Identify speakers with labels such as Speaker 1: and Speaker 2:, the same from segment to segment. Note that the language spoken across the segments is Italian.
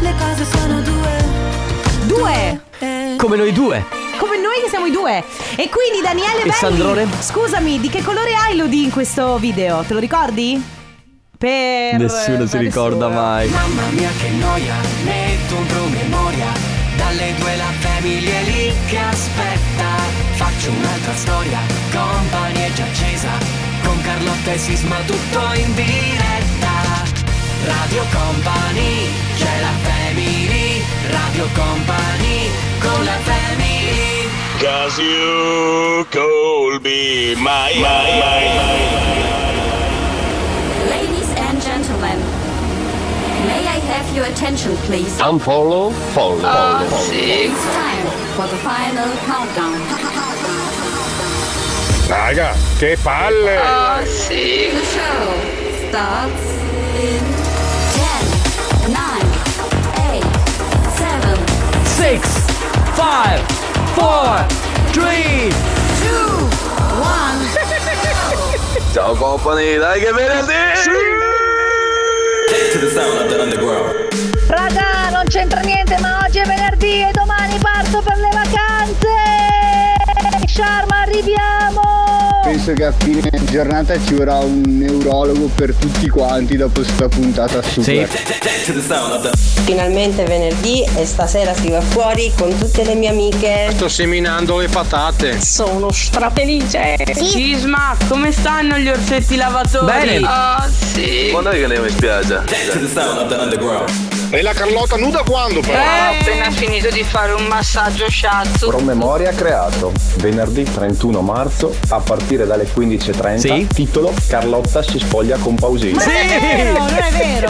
Speaker 1: Le cose sono due.
Speaker 2: Due!
Speaker 1: Eh,
Speaker 3: Come noi due.
Speaker 2: Come noi che siamo i due. E quindi Daniele Belli.
Speaker 3: Sandrone?
Speaker 2: Scusami, di che colore hai Ludi in questo video? Te lo ricordi? Per
Speaker 3: Nessuno si
Speaker 2: ma
Speaker 3: ricorda
Speaker 2: nessuno.
Speaker 3: mai.
Speaker 4: Mamma mia che noia, metto un promemoria Dalle due la famiglia è lì che aspetta Faccio un'altra storia, company è già accesa Con Carlotta e Sisma tutto in diretta Radio Company, c'è la family Radio Company, con la family
Speaker 5: Cause you could be my, my, my, my.
Speaker 6: Ladies and gentlemen, may I have your attention, please?
Speaker 7: Unfollow, follow, follow.
Speaker 6: It's time for the final countdown.
Speaker 8: Raga, che palle!
Speaker 6: The show starts in 10, 9, 8, 7,
Speaker 3: 6, 5, 4, 3.
Speaker 6: 2, 1.
Speaker 7: Ciao company, dai che venerdì!
Speaker 9: Raga, non c'entra niente, ma oggi è venerdì e domani parto per le vacanze! Sharma, arriviamo!
Speaker 10: Penso che a fine giornata ci vorrà un neurologo per tutti quanti dopo questa puntata super.
Speaker 9: Finalmente è venerdì e stasera si va fuori con tutte le mie amiche.
Speaker 8: Sto seminando le patate.
Speaker 9: Sono strafelice!
Speaker 1: Sisma, come stanno gli orsetti lavatori?
Speaker 3: Bene.
Speaker 7: Quando è che andiamo in spiaggia?
Speaker 8: E la Carlotta nuda quando però?
Speaker 1: Ho Eh,
Speaker 7: Ah,
Speaker 1: appena finito di fare un massaggio sciazzo.
Speaker 7: Promemoria creato venerdì 31 marzo a partire dalle 15.30.
Speaker 3: Sì.
Speaker 7: Titolo Carlotta si spoglia con Pausini.
Speaker 2: Non è vero, non è vero.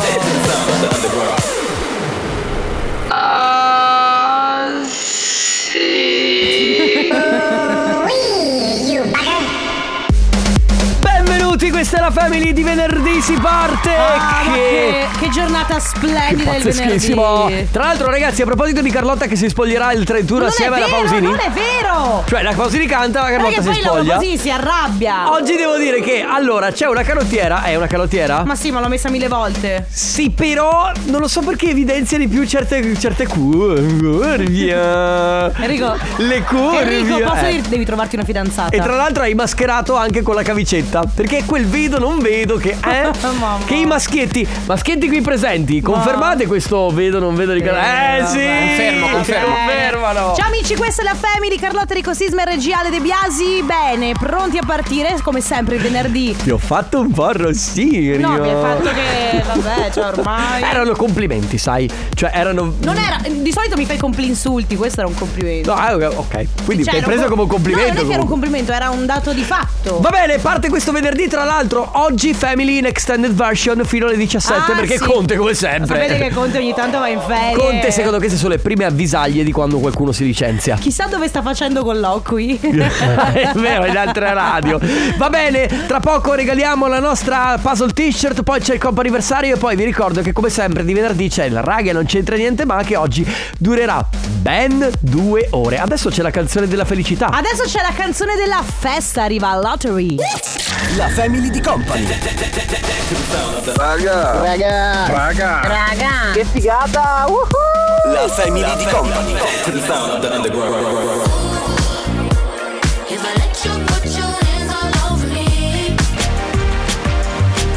Speaker 3: Benvenuti, questa è la Family di venerdì si parte.
Speaker 2: Ah, ma che, che giornata
Speaker 3: che
Speaker 2: splendida il venerdì.
Speaker 3: pazzeschissimo. Tra l'altro, ragazzi, a proposito di Carlotta che si spoglierà il 31
Speaker 2: Non è
Speaker 3: assieme alla
Speaker 2: vero,
Speaker 3: Pausini.
Speaker 2: non è vero.
Speaker 3: Cioè, la Pausini canta, la
Speaker 2: Perché
Speaker 3: Carlotta si
Speaker 2: poi loro
Speaker 3: spoglia.
Speaker 2: così si arrabbia.
Speaker 3: Oggi devo dire che allora c'è una carottiera. È una carottiera?
Speaker 2: Ma sì, ma l'ho messa mille volte.
Speaker 3: Sì, però non lo so perché evidenzia di più certe, certe curvia.
Speaker 2: Enrico.
Speaker 3: Le curvie.
Speaker 2: Enrico, posso
Speaker 3: Eh.
Speaker 2: dirti? Devi trovarti una fidanzata.
Speaker 3: E tra l'altro hai mascherato anche con la cavicetta. Perché quel vedo non vedo che. Eh,
Speaker 2: Mamma.
Speaker 3: che i maschietti. Maschietti qui presenti, confermate questo vedo non vedo di cara. Eh, sì!
Speaker 2: Confermo,
Speaker 3: confermo. Confermano.
Speaker 2: Ciao amici, questa è la Family, Carlotta Rico Sisma e regia Ale De Biasi. Bene, pronti a partire come sempre il venerdì.
Speaker 3: Ti ho fatto un po' arrossire.
Speaker 2: No, mi hai fatto che vabbè, cioè ormai
Speaker 3: Erano complimenti, sai. Cioè, erano.
Speaker 2: Non era di solito mi fai compli insulti, questo era un complimento.
Speaker 3: No, ah, ok. Quindi
Speaker 2: Cioè,
Speaker 3: ti hai
Speaker 2: era
Speaker 3: preso
Speaker 2: com-
Speaker 3: come un
Speaker 2: No,
Speaker 3: complimento.
Speaker 2: non è che era un
Speaker 3: comunque.
Speaker 2: complimento, era un dato di fatto.
Speaker 3: Va bene, parte questo venerdì, tra l'altro, oggi Family in Extended Version fino alle 17
Speaker 2: Ah,
Speaker 3: perché
Speaker 2: sì.
Speaker 3: Conte come
Speaker 2: Sapete che
Speaker 3: sempre.
Speaker 2: Conte ogni tanto va in ferie.
Speaker 3: Conte secondo me sono le prime avvisaglie di quando qualcuno si licenzia.
Speaker 2: Chissà dove sta facendo colloqui.
Speaker 3: È vero, in altre radio. Va bene, tra poco regaliamo la nostra puzzle t-shirt, poi c'è il compo anniversario e poi vi ricordo che come sempre di venerdì c'è il raga non c'entra niente ma che oggi durerà ben due ore. Adesso c'è la canzone della felicità.
Speaker 2: Adesso c'è la canzone della festa, arriva Lottery.
Speaker 3: La family di company.
Speaker 10: Raga,
Speaker 8: Raga,
Speaker 3: La family di company.
Speaker 6: If I let you put your hands all over me,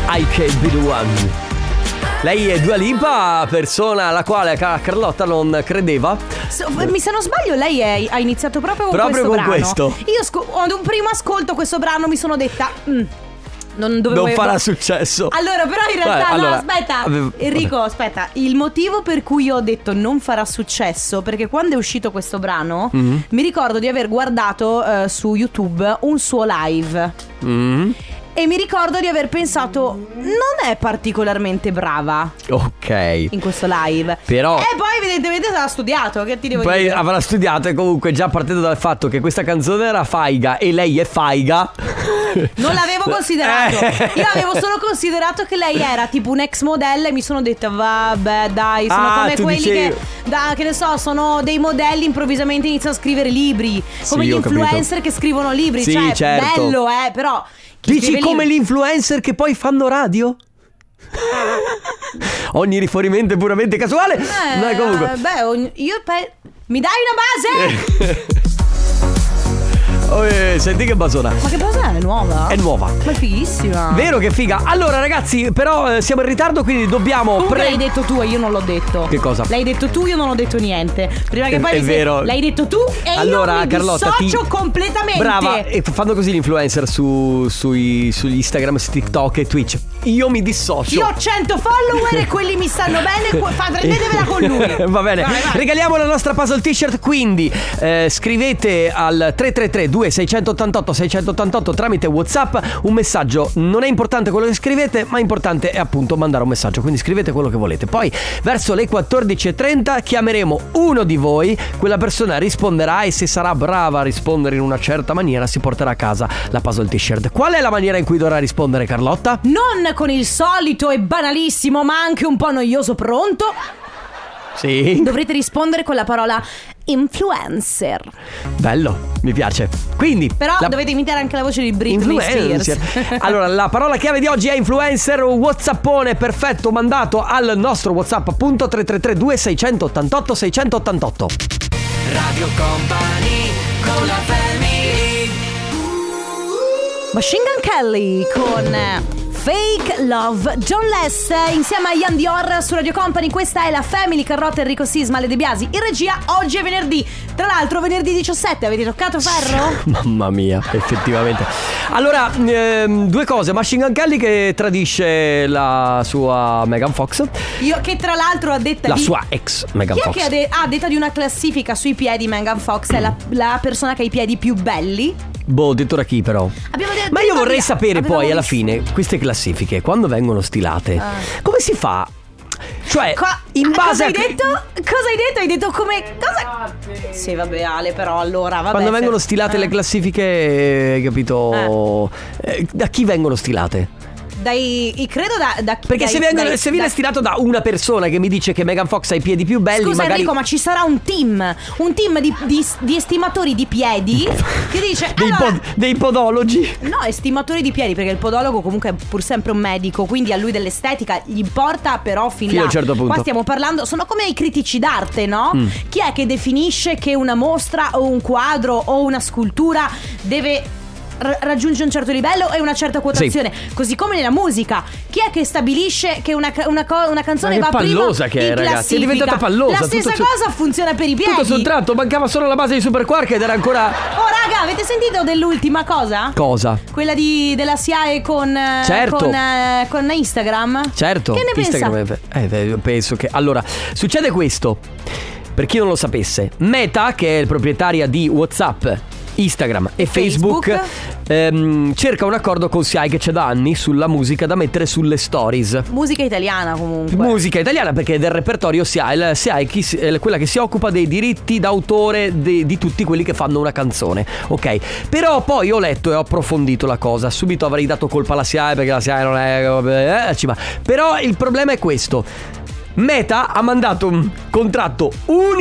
Speaker 3: I can be the one. Lei è Dua Lipa, persona alla quale Ca- Carlotta non credeva.
Speaker 2: So- mi se non sbaglio lei è- ha iniziato proprio con
Speaker 3: Proprio
Speaker 2: questo
Speaker 3: con
Speaker 2: brano.
Speaker 3: questo.
Speaker 2: Io scu- ad un primo ascolto questo brano mi sono detta "Mm, non dovevo
Speaker 3: Non farà successo.
Speaker 2: Allora però in realtà
Speaker 3: Vabbè, allora,
Speaker 2: no aspetta
Speaker 3: avevo-
Speaker 2: Enrico aspetta il motivo per cui io ho detto non farà successo perché quando è uscito questo brano
Speaker 3: Mhm.
Speaker 2: mi ricordo di aver guardato eh, su YouTube un suo live
Speaker 3: Mm,
Speaker 2: e mi ricordo di aver pensato non è particolarmente brava
Speaker 3: ok.
Speaker 2: in questo live
Speaker 3: Però-
Speaker 2: e poi evidentemente sarà studiato che ti devo
Speaker 3: Poi
Speaker 2: dire
Speaker 3: avrà studiato e comunque già partendo dal fatto che questa canzone era faiga e lei è faiga.
Speaker 2: Non l'avevo considerato.
Speaker 3: Eh.
Speaker 2: Io avevo solo considerato che lei era tipo un ex modella e mi sono detta vabbè dai, sono
Speaker 3: Ah,
Speaker 2: come
Speaker 3: tu
Speaker 2: quelli
Speaker 3: dicevi-
Speaker 2: che da, che ne so, sono dei modelli improvvisamente iniziano a scrivere libri, come
Speaker 3: Sì,
Speaker 2: gli
Speaker 3: ho capito.
Speaker 2: influencer che scrivono libri,
Speaker 3: Sì,
Speaker 2: cioè
Speaker 3: certo.
Speaker 2: bello, eh, però chi
Speaker 3: Dici
Speaker 2: scrive
Speaker 3: come
Speaker 2: libri-
Speaker 3: gli influencer che poi fanno radio? Ogni riferimento è puramente casuale.
Speaker 2: Eh,
Speaker 3: Dai, comunque. Eh.
Speaker 2: Beh, ogni- io pe- Mi dai una base?
Speaker 3: Oh, eh, senti che basona.
Speaker 2: Ma che base è nuova?
Speaker 3: È nuova.
Speaker 2: Ma è fighissima.
Speaker 3: Vero che figa. Allora, ragazzi, però eh, siamo in ritardo, quindi dobbiamo.
Speaker 2: Comunque
Speaker 3: pre-
Speaker 2: l'hai detto tu e io non l'ho detto.
Speaker 3: Che cosa?
Speaker 2: L'hai detto tu, io non ho detto niente. Prima che
Speaker 3: È-
Speaker 2: poi
Speaker 3: è
Speaker 2: mi se-
Speaker 3: vero.
Speaker 2: l'hai detto tu e io
Speaker 3: allora,
Speaker 2: mi
Speaker 3: Carlotta, ti-
Speaker 2: dissocio completamente.
Speaker 3: Brava, e f- fanno così gli influencer su, sui, su Instagram, su TikTok e Twitch. Io mi dissocio.
Speaker 2: Io ho 100 follower e quelli mi stanno bene. que- fa- Prendetevela con lui.
Speaker 3: Va bene, regaliamo la nostra puzzle t-shirt. Quindi eh, scrivete al 333-2688-688 tramite WhatsApp un messaggio. Non è importante quello che scrivete, ma importante è appunto mandare un messaggio. Quindi scrivete quello che volete. Poi verso le 14.30 chiameremo uno di voi. Quella persona risponderà e se sarà brava a rispondere in una certa maniera si porterà a casa la puzzle t-shirt. Qual è la maniera in cui dovrà rispondere Carlotta?
Speaker 2: Non con il solito e banalissimo, ma anche un po' noioso pronto.
Speaker 3: Sì.
Speaker 2: Dovrete rispondere con la parola influencer.
Speaker 3: Bello, mi piace. Quindi...
Speaker 2: Però
Speaker 3: la-
Speaker 2: dovete imitare anche la voce di Britney
Speaker 3: Influencer.
Speaker 2: Spears.
Speaker 3: allora, la parola chiave di oggi è influencer. Un Whatsappone perfetto mandato al nostro Whatsapp appunto 3332 688 688.
Speaker 4: Radio Company con la family
Speaker 2: Machine Gun Kelly con eh, Fake Love John Less insieme a Ian Dior su Radio Company questa è la Family Carlotta Enrico Sisma Le De Biasi in regia oggi è venerdì tra l'altro venerdì 17 avete toccato ferro?
Speaker 3: Mamma mia, effettivamente. Allora, ehm, due cose. Machine Gun Kelly che tradisce la sua Megan Fox.
Speaker 2: Io che tra l'altro ha detta
Speaker 3: La
Speaker 2: di-
Speaker 3: sua ex Megan
Speaker 2: Chi è
Speaker 3: Fox.
Speaker 2: che ha, de- ha detta di una classifica sui piedi Megan Fox è la, la persona che ha i piedi più belli
Speaker 3: Boh, addirittura chi però?
Speaker 2: Abbiamo detto-
Speaker 3: Ma io vorrei
Speaker 2: abbiamo-
Speaker 3: sapere
Speaker 2: abbiamo
Speaker 3: poi alla
Speaker 2: visto.
Speaker 3: fine queste classifiche quando vengono stilate. Come si fa? Cioè,
Speaker 2: Co-
Speaker 3: in
Speaker 2: ah,
Speaker 3: base
Speaker 2: cosa
Speaker 3: a
Speaker 2: hai detto? Cosa hai detto? Hai detto come cosa? Sì, vabbè, Ale, però allora vabbè.
Speaker 3: Quando
Speaker 2: se-
Speaker 3: vengono stilate
Speaker 2: Ah.
Speaker 3: le classifiche, hai capito? Eh, da chi vengono stilate?
Speaker 2: Dai, credo da, da chi?
Speaker 3: Perché
Speaker 2: dai-
Speaker 3: se, vengono,
Speaker 2: dai-
Speaker 3: se viene
Speaker 2: dai-
Speaker 3: stilato da una persona che mi dice che Megan Fox ha i piedi più belli,
Speaker 2: Scusa
Speaker 3: magari.
Speaker 2: Enrico, ma ci sarà un team, un team di, di- di estimatori di piedi che dice
Speaker 3: dei,
Speaker 2: allora,
Speaker 3: pod- dei podologi.
Speaker 2: No, estimatori di piedi, perché il podologo comunque è pur sempre un medico, quindi a lui dell'estetica gli importa però fin
Speaker 3: Fino
Speaker 2: là.
Speaker 3: a un certo punto. Mm.
Speaker 2: Qua stiamo parlando, sono come i critici d'arte, no? Chi è che definisce che una mostra o un quadro o una scultura deve ra- raggiungere un certo livello e una certa quotazione? Così come nella musica. Chi è che stabilisce che una, ca- una co- una canzone
Speaker 3: Ma che
Speaker 2: va prima
Speaker 3: pallosa che è,
Speaker 2: in
Speaker 3: ragazzi, è
Speaker 2: classifica?
Speaker 3: diventata pallosa,
Speaker 2: La
Speaker 3: tutto
Speaker 2: stessa
Speaker 3: su-
Speaker 2: cosa funziona per i piedi.
Speaker 3: Tutto sul tratto, mancava solo la base di Super Quark ed era ancora.
Speaker 2: Oh raga, avete sentito dell'ultima cosa?
Speaker 3: Cosa?
Speaker 2: Quella di, della SIAE con, eh,
Speaker 3: Certo.
Speaker 2: con, eh, con Instagram?
Speaker 3: Certo,
Speaker 2: Che ne
Speaker 3: Instagram
Speaker 2: pensa?
Speaker 3: è- eh, io penso che. Allora, succede questo. Per chi non lo sapesse, Meta, che è il proprietaria di WhatsApp, Instagram e Facebook,
Speaker 2: Facebook.
Speaker 3: ehm, cerca un accordo con SIAE che c'è da anni sulla musica da mettere sulle stories.
Speaker 2: Musica italiana comunque.
Speaker 3: Musica italiana perché del repertorio si ha, il- si ha chi si- eh, quella che si occupa dei diritti d'autore de- di tutti quelli che fanno una canzone, ok? Però poi ho letto e ho approfondito la cosa, subito avrei dato colpa alla SIAE perché la SIAE non è... vabbè, eh, ci va. Però il problema è questo. Meta ha mandato un contratto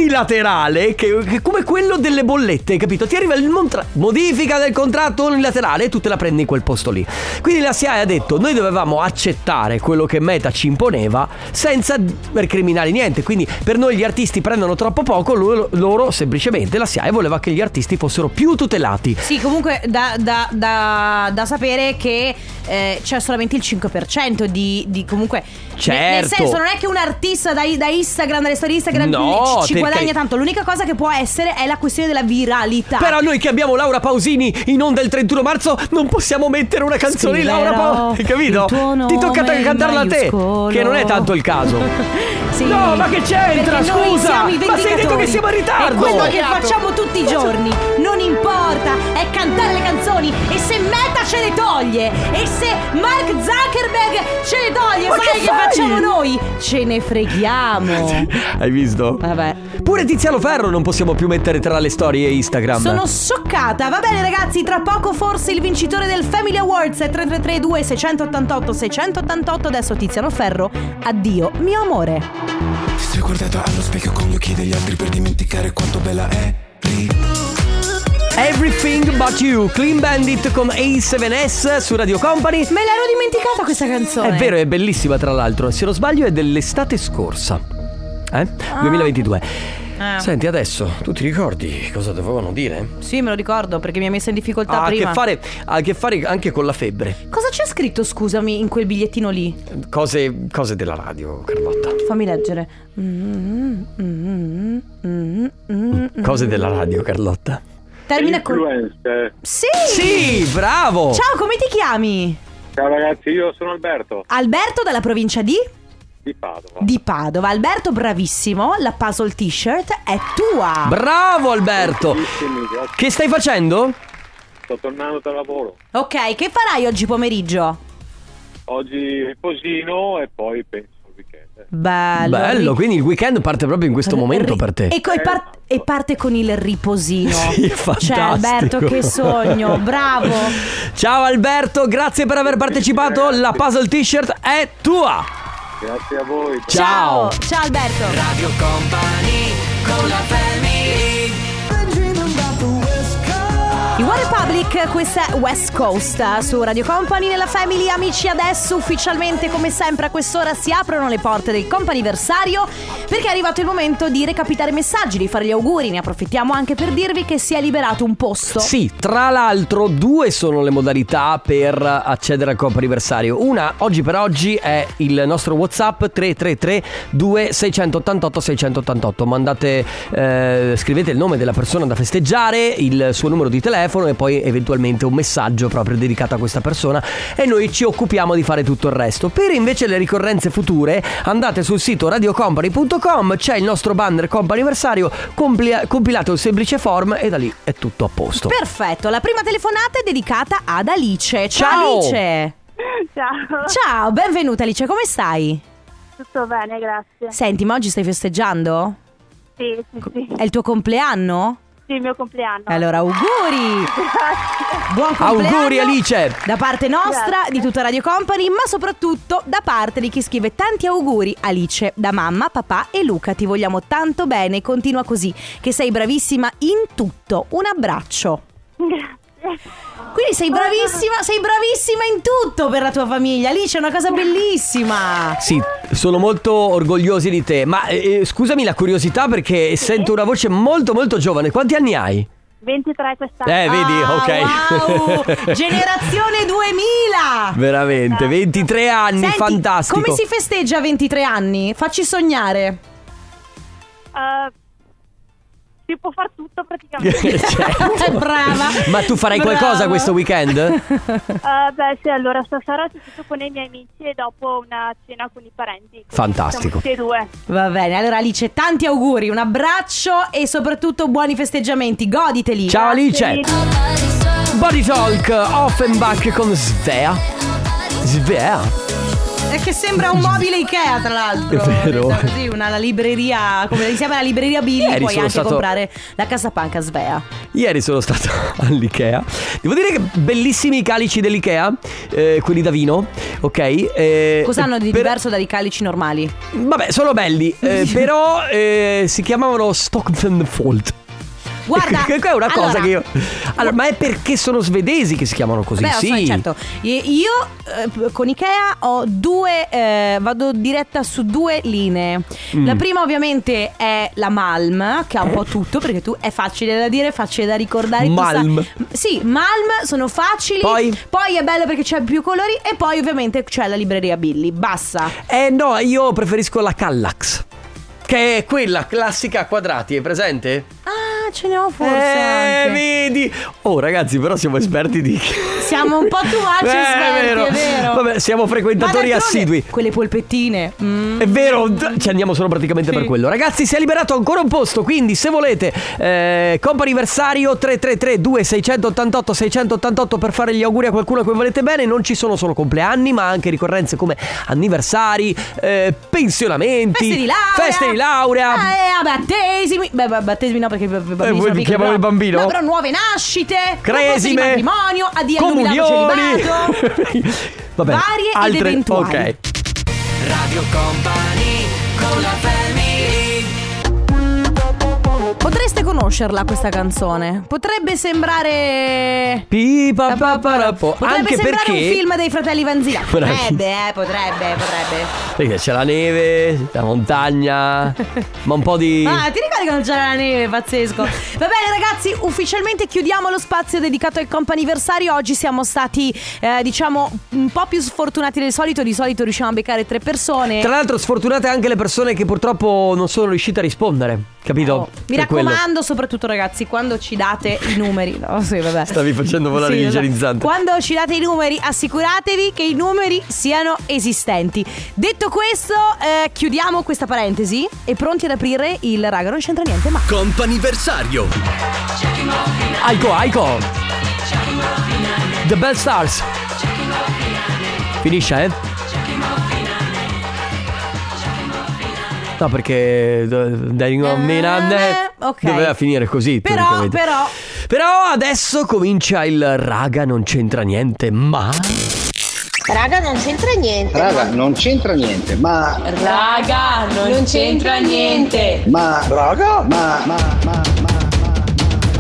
Speaker 3: unilaterale che, che è come quello delle bollette, capito? Ti arriva il montra- modifica del contratto unilaterale e tu te la prendi in quel posto lì. Quindi la SIAE ha detto noi dovevamo accettare quello che Meta ci imponeva senza recriminare niente. Quindi per noi gli artisti prendono troppo poco, loro, loro semplicemente la SIAE voleva che gli artisti fossero più tutelati.
Speaker 2: Sì, comunque da, da- da- da sapere che eh, c'è solamente il 5% di, di comunque...
Speaker 3: Certo.
Speaker 2: Ne- Nel senso, non è che un artista da, da Instagram, dalle storie Instagram,
Speaker 3: No,
Speaker 2: ci- ci,
Speaker 3: per
Speaker 2: guadagna
Speaker 3: cari-
Speaker 2: tanto. L'unica cosa che può essere è la questione della viralità.
Speaker 3: Però noi che abbiamo Laura Pausini in onda il 31 marzo non possiamo mettere una canzone di Laura
Speaker 2: Scriverò
Speaker 3: Pausini, capito?
Speaker 2: il tuo
Speaker 3: Ti tocca
Speaker 2: nome in
Speaker 3: cantarla a te,
Speaker 2: maiuscolo.
Speaker 3: che non è tanto il caso.
Speaker 2: Sì.
Speaker 3: No, ma che c'entra,
Speaker 2: Perché noi
Speaker 3: scusa?
Speaker 2: siamo i
Speaker 3: Ma sei detto
Speaker 2: vendicatori.
Speaker 3: che siamo in ritardo.
Speaker 2: È quello che facciamo tutti i giorni. Non importa, è cantare le canzoni. E se Meta ce le toglie, e se Mark Zuckerberg ce le toglie,
Speaker 3: Ma
Speaker 2: sai
Speaker 3: che
Speaker 2: che,
Speaker 3: fai?
Speaker 2: facciamo noi? Ce ne freghiamo.
Speaker 3: Hai visto?
Speaker 2: Vabbè.
Speaker 3: Pure Tiziano Ferro non possiamo più mettere tra le storie Instagram.
Speaker 2: Sono scioccata. Va bene, ragazzi, tra poco forse il vincitore del Family Awards è 3332 688 688. Adesso Tiziano Ferro. Addio, mio amore.
Speaker 4: Ti sei guardato allo specchio con gli occhi degli altri per dimenticare quanto bella è
Speaker 3: Everything But You, Clean Bandit con A7S su Radio Company.
Speaker 2: Me eh. l'ero dimenticata questa canzone.
Speaker 3: È vero, è bellissima tra l'altro. eh. Se non sbaglio è dell'estate scorsa. Eh?
Speaker 2: Ah.
Speaker 3: 2022.
Speaker 2: Eh.
Speaker 3: Senti, adesso tu ti ricordi cosa dovevano dire?
Speaker 2: Sì, me lo ricordo perché mi ha messa in difficoltà
Speaker 3: ha, a che
Speaker 2: prima.
Speaker 3: fare, ha a che fare anche con la febbre.
Speaker 2: Cosa c'è scritto, scusami, in quel bigliettino lì?
Speaker 3: Cose, cose della radio, Carlotta.
Speaker 2: Fammi leggere. Mm, mm, mm, mm,
Speaker 3: Cose della radio, Carlotta.
Speaker 2: Termina con. Sì!
Speaker 3: Sì, bravo!
Speaker 2: Ciao, come ti chiami?
Speaker 11: Ciao ragazzi, io sono Alberto
Speaker 2: Alberto dalla provincia di?
Speaker 11: di Padova.
Speaker 2: Di Padova. Alberto, bravissimo. La puzzle t-shirt è tua.
Speaker 3: Bravo Alberto! Che stai facendo?
Speaker 11: Sto tornando da lavoro.
Speaker 2: ok, che farai oggi pomeriggio?
Speaker 11: Oggi riposino e poi penso al weekend.
Speaker 2: Bello.
Speaker 3: Bello, quindi il weekend parte proprio in questo momento per te.
Speaker 2: E, coi par-
Speaker 11: Esatto.
Speaker 2: e parte con il riposino.
Speaker 3: Sì,
Speaker 2: Cioè,
Speaker 3: fantastico.
Speaker 2: Alberto, che sogno, bravo.
Speaker 3: Ciao Alberto, grazie per aver partecipato. La puzzle t-shirt è tua.
Speaker 11: Grazie a voi.
Speaker 3: Ciao.
Speaker 2: Ciao Alberto.
Speaker 4: Radio Company con la family.
Speaker 2: I One Republic, questa è West Coast eh, su Radio Company nella Family. Amici, adesso ufficialmente, come sempre, a quest'ora si aprono le porte del companiversario perché è arrivato il momento di recapitare i messaggi, di fare gli auguri. Ne approfittiamo anche per dirvi che si è liberato un posto.
Speaker 3: Sì, tra l'altro due sono le modalità per accedere al Coppa Anniversario. Una, oggi per oggi, è il nostro WhatsApp 333 2688 688. Mandate, eh, scrivete il nome della persona da festeggiare, il suo numero di telefono e poi eventualmente un messaggio proprio dedicato a questa persona e noi ci occupiamo di fare tutto il resto. Per invece le ricorrenze future andate sul sito radiocompany.com, c'è il nostro banner Coppa Anniversario, complia- compilato il semplice form e da lì è tutto a posto.
Speaker 2: Perfetto, la prima telefonata è dedicata ad Alice.
Speaker 3: Ciao.
Speaker 2: Ciao, Alice.
Speaker 12: Ciao,
Speaker 2: Ciao, benvenuta Alice, come stai?
Speaker 12: tutto bene, grazie.
Speaker 2: Senti, ma oggi stai festeggiando?
Speaker 12: Sì, sì, sì.
Speaker 2: È il tuo compleanno?
Speaker 12: Sì, il mio compleanno.
Speaker 1: Eh.
Speaker 2: Allora, auguri! Buon compleanno!
Speaker 3: Esatto. Auguri Alice!
Speaker 2: Da parte nostra, di tutta Radio Company, ma soprattutto da parte di chi scrive tanti auguri Alice, da mamma, papà e Luca. Ti vogliamo tanto bene, continua così, che sei bravissima in tutto. Un abbraccio. Quindi sei bravissima, sei bravissima in tutto per la tua famiglia. Alice è una cosa bellissima.
Speaker 3: Sì, sono molto orgogliosi di te, ma eh, scusami la curiosità perché sento una voce molto molto giovane. Quanti anni hai?
Speaker 12: 23 quest'anno.
Speaker 3: Eh, vedi, ok.
Speaker 2: Ah, wow, Generazione 2000!
Speaker 3: Veramente, 23 anni,
Speaker 2: Senti,
Speaker 3: fantastico.
Speaker 2: Come si festeggia a 23 anni? Facci sognare.
Speaker 12: Eh, si può fare tutto praticamente.
Speaker 2: Certo. Brava.
Speaker 3: Ma tu farai
Speaker 12: Brava.
Speaker 3: qualcosa questo weekend?
Speaker 12: Eh, beh, sì, allora stasera ci sono con i miei amici e dopo una cena con i parenti. Quindi
Speaker 3: Fantastico.
Speaker 12: siamo tutti e due.
Speaker 2: Va bene, allora Alice, tanti auguri, un abbraccio e soprattutto buoni festeggiamenti, goditeli.
Speaker 3: Ciao Alice! Body Talk, Offenbach con Svea. Svea?
Speaker 2: È che sembra un mobile Ikea, tra l'altro.
Speaker 3: È vero.
Speaker 2: Sì, una la libreria, come si chiama la libreria Billy,
Speaker 3: Ieri
Speaker 2: puoi
Speaker 3: sono
Speaker 2: anche
Speaker 3: stato-
Speaker 2: comprare la casapanca Svea.
Speaker 3: Ieri sono stato all'Ikea. Devo dire che bellissimi i calici dell'Ikea, eh, quelli da vino, ok? Eh,
Speaker 2: Cos'hanno di
Speaker 3: per-
Speaker 2: diverso dai calici normali?
Speaker 3: Vabbè, sono belli, eh, però eh, si chiamavano Stocktenfold.
Speaker 2: Guarda,
Speaker 3: Che è una cosa
Speaker 2: allora-
Speaker 3: che io. Allora, ma è perché sono svedesi che si chiamano così?
Speaker 2: Beh,
Speaker 3: sì.
Speaker 2: insomma, certo. I- Io eh, con Ikea ho due, eh, vado diretta su due linee.
Speaker 3: Mm. Eh?
Speaker 2: La prima ovviamente è la Malm, che ha un po' tutto, perché tu è facile da dire, facile da ricordare. tu sai-
Speaker 3: Malm.
Speaker 2: Sì, Malm sono facili.
Speaker 3: Poi?
Speaker 2: è bello perché c'è più colori e poi ovviamente c'è la libreria Billy. Basta.
Speaker 3: Eh no, io preferisco la Kallax. Che è quella classica a quadrati, è presente?
Speaker 2: Ah, ce ne ho forse
Speaker 3: eh,
Speaker 2: anche.
Speaker 3: vedi. Oh, ragazzi, però siamo esperti di.
Speaker 2: Siamo un po' too much
Speaker 3: Eh,
Speaker 2: esperti, è vero.
Speaker 3: Vabbè, siamo frequentatori
Speaker 2: Ma d'altronde,
Speaker 3: assidui.
Speaker 2: Quelle polpettine. mm.
Speaker 3: È vero, d- ci andiamo solo praticamente per quello. Ragazzi, si è liberato ancora un posto, quindi se volete, eh, comp'anniversario 333 2688 688 per fare gli auguri a qualcuno a cui volete bene, non ci sono solo compleanni, ma anche ricorrenze come anniversari, eh, pensionamenti,
Speaker 2: Feste di laurea.
Speaker 3: feste di laurea.
Speaker 2: Eh, battesimi. Beh, beh, battesimi no, perché i bambini.
Speaker 3: Eh, voi
Speaker 2: sono
Speaker 3: vi
Speaker 2: piccoli,
Speaker 3: chiamano
Speaker 2: però-
Speaker 3: il bambino?
Speaker 2: No, però nuove nascite. proposte di
Speaker 3: Cresime,
Speaker 2: matrimonio, addio al
Speaker 3: comunioni,
Speaker 2: nubilato celibato.
Speaker 3: Va bene,
Speaker 2: Varie ed
Speaker 3: altre,
Speaker 2: eventuali.
Speaker 3: Ok.
Speaker 4: Radio Company con la family.
Speaker 2: Potreste conoscere conoscerla questa canzone. Potrebbe sembrare.
Speaker 3: Pi, pa, pa, pa, ra, po.
Speaker 2: Potrebbe
Speaker 3: Anche
Speaker 2: sembrare
Speaker 3: perché
Speaker 2: un film dei fratelli Vanzina.
Speaker 3: Bravi.
Speaker 2: Potrebbe, eh, potrebbe, potrebbe.
Speaker 3: Perché c'è la neve, la montagna, ma un po' di...
Speaker 2: Ah, ti ricordi quando c'era la neve? Pazzesco. Va bene, ragazzi, ufficialmente chiudiamo lo spazio dedicato al comp'anniversario. Oggi siamo stati, eh, diciamo, un po' più sfortunati del solito. Di solito riusciamo a beccare tre persone.
Speaker 3: Tra l'altro sfortunate anche le persone che purtroppo non sono riuscite a rispondere, capito?
Speaker 2: Oh, Mi
Speaker 3: Per quello.
Speaker 2: raccomando, soprattutto ragazzi, quando ci date i numeri. No, sì, vabbè.
Speaker 3: Stavi facendo volare
Speaker 2: Sì, lo so.
Speaker 3: l'igienizzante.
Speaker 2: Quando ci date i numeri, assicuratevi che i numeri siano esistenti. Detto questo, eh, chiudiamo questa parentesi e pronti ad aprire il raga, non c'entra niente, ma.
Speaker 3: Comp'anniversario Aiko Aiko The Bell Stars Finisce eh? No perché d- Dying on Me Nande
Speaker 2: ok.
Speaker 3: Doveva finire così
Speaker 2: Però,
Speaker 3: teoricamente.
Speaker 2: però.
Speaker 3: Però adesso comincia il raga non c'entra niente ma
Speaker 13: Raga, non c'entra niente.
Speaker 10: Raga, non c'entra niente, ma.
Speaker 13: Raga, non, c'entra niente.
Speaker 10: Ma. Raga? Ma. ma, ma.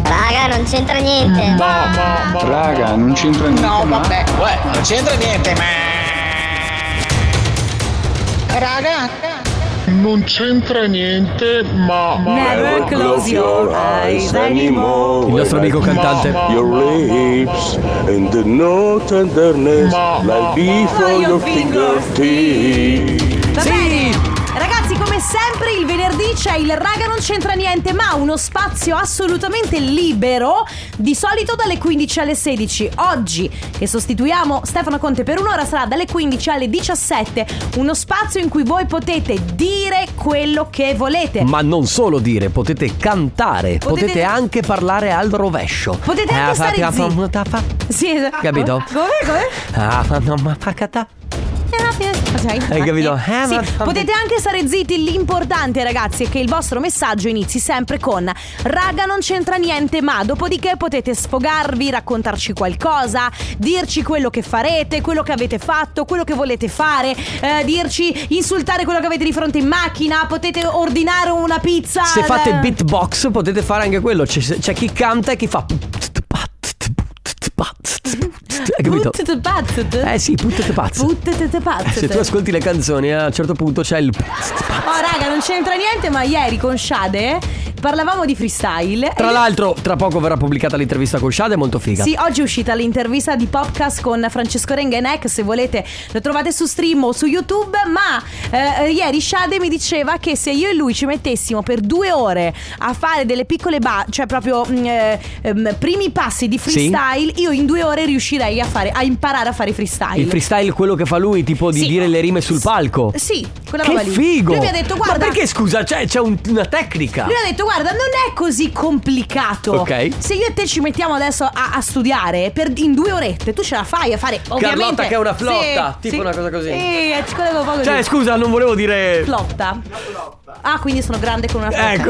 Speaker 13: Raga, non c'entra niente.
Speaker 10: Raga, non c'entra niente. No, vabbè.
Speaker 4: non c'entra niente, ma.
Speaker 13: Raga,
Speaker 8: Non c'entra niente, ma.
Speaker 2: Never close your eyes anymore.
Speaker 3: Il nostro amico cantante
Speaker 5: Your lips and the no tenderness Like before your fingertips
Speaker 2: Va bene. Ragazzi, come sempre, il venerdì c'è il raga non c'entra niente, ma uno spazio assolutamente libero, di solito dalle 15 alle 16. Oggi, che sostituiamo Stefano Conte per un'ora, sarà dalle 15 alle 17. Uno spazio in cui voi potete dire quello che volete.
Speaker 3: Ma non solo dire, potete cantare, potete, anche parlare al rovescio.
Speaker 2: Potete anche
Speaker 3: Eh, fa-
Speaker 2: stare
Speaker 3: fa- fa-
Speaker 2: zitti.
Speaker 3: ta- fa-
Speaker 2: Sì, esatto.
Speaker 3: Capito?
Speaker 2: Come? Come?
Speaker 3: Ah, fa- no, ma fa- cata- Hai capito? Eh,
Speaker 2: Sì,
Speaker 3: ma-
Speaker 2: potete anche stare zitti, l'importante ragazzi è che il vostro messaggio inizi sempre con raga non c'entra niente ma dopodiché potete sfogarvi, raccontarci qualcosa, dirci quello che farete, quello che avete fatto, quello che volete fare, eh, dirci insultare quello che avete di fronte in macchina, potete ordinare una pizza.
Speaker 3: Se fate
Speaker 2: eh,
Speaker 3: beatbox potete fare anche quello. C'è, c'è chi canta e chi fa. Hai capito?
Speaker 2: puttete pazzete.
Speaker 3: Eh sì, puttete pazzo.
Speaker 2: Puttete pazzete.
Speaker 3: Se tu ascolti le canzoni, a un certo punto c'è il.
Speaker 2: Oh raga, non c'entra niente, ma ieri con Shade parlavamo di freestyle.
Speaker 3: Tra
Speaker 2: e-
Speaker 3: l'altro, tra poco verrà pubblicata l'intervista con Shade, è molto figa.
Speaker 2: Sì, oggi è uscita l'intervista di podcast con Francesco Rengenec, se volete lo trovate su stream o su YouTube, ma eh, ieri Shade mi diceva che se io e lui ci mettessimo per due ore a fare delle piccole ba, cioè proprio mm, eh, ehm, primi passi di freestyle, io in due ore riuscirei a, fare, a imparare a fare freestyle.
Speaker 3: Il freestyle, quello che fa lui, tipo di
Speaker 2: Sì.
Speaker 3: dire le rime sul palco.
Speaker 2: Sì, quella roba
Speaker 3: Che
Speaker 2: lì.
Speaker 3: figo!
Speaker 2: Lui mi ha detto guarda...
Speaker 3: Ma perché scusa, c'è, c'è un- una tecnica?
Speaker 2: Lui ha detto guarda non è così complicato
Speaker 3: Ok.
Speaker 2: Se io e te ci mettiamo adesso a, a studiare per, In due orette tu ce la fai a fare ovviamente
Speaker 3: Carlotta che è una flotta,
Speaker 2: Sì,
Speaker 3: tipo
Speaker 2: sì.
Speaker 3: una cosa così.
Speaker 2: Sì, eh, ci volevo poco
Speaker 3: Cioè,
Speaker 2: lì.
Speaker 3: scusa, non volevo dire.
Speaker 2: Flotta Ah quindi sono grande con una flotta
Speaker 3: Ecco,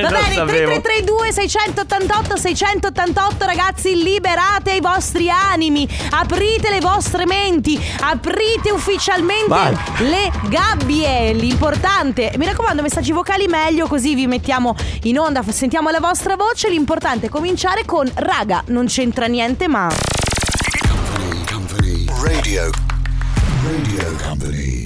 Speaker 2: Va
Speaker 3: non
Speaker 2: bene
Speaker 3: sapevo.
Speaker 2: 3332 688 688 ragazzi liberate i vostri animi Aprite le vostre menti Aprite ufficialmente
Speaker 3: Vai.
Speaker 2: le gabbie L'importante Mi raccomando messaggi vocali meglio così vi mettiamo in onda Sentiamo la vostra voce L'importante è cominciare con Raga non c'entra niente ma
Speaker 14: Radio. Radio Company.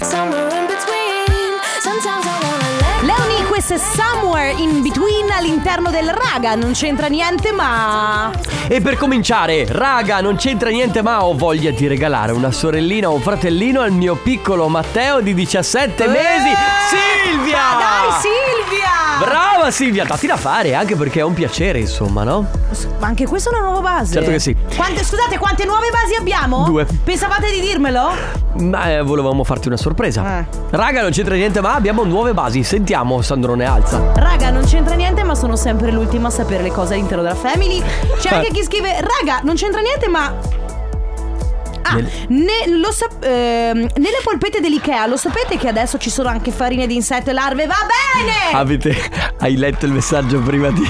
Speaker 2: Leonie questo è Somewhere in Between All'interno del Raga non c'entra niente ma
Speaker 3: E per cominciare, raga, non c'entra niente, ma ho voglia di regalare una sorellina o un fratellino al mio piccolo Matteo di 17 mesi, Silvia!
Speaker 2: Eh, Ma dai Silvia
Speaker 3: Brava Silvia, datti da fare, anche perché è un piacere, insomma, no?
Speaker 2: Ma anche questa è una nuova base.
Speaker 3: Certo che sì.
Speaker 2: Quante- scusate, quante nuove basi abbiamo?
Speaker 3: Due.
Speaker 2: Pensavate di dirmelo?
Speaker 3: Ma eh, volevamo farti una
Speaker 2: Eh.
Speaker 3: sorpresa. Raga, non c'entra niente, ma abbiamo nuove basi. Sentiamo, Sandrone, alza.
Speaker 2: Raga, non c'entra niente, ma sono sempre l'ultima a sapere le cose all'interno della family. C'è anche chi scrive: Raga, non c'entra niente, ma. Ah, ne- lo sap- ehm, nelle polpette dell'IKEA lo sapete che adesso ci sono anche farine di insetto e larve? Va bene!
Speaker 3: Avete, hai letto il messaggio prima di,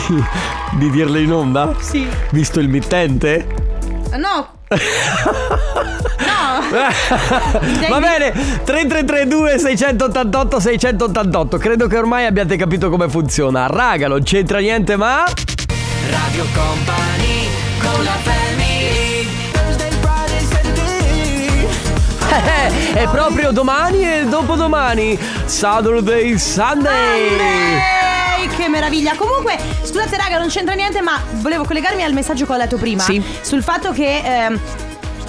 Speaker 3: di dirlo in onda?
Speaker 2: Sì.
Speaker 3: Visto il mittente?
Speaker 2: No. no.
Speaker 3: Va bene, 3332 688 688. Credo che ormai abbiate capito come funziona. Raga, non c'entra niente, ma
Speaker 4: Radio Company con la family Thursday, Friday, Saturday
Speaker 3: Eh, eh, è proprio domani e dopodomani. Saturday, Sunday.
Speaker 2: Ehi, Che meraviglia! Comunque, scusate, raga, non c'entra niente, ma volevo collegarmi al messaggio che ho letto prima.
Speaker 3: Sì.
Speaker 2: Sul fatto che. ehm,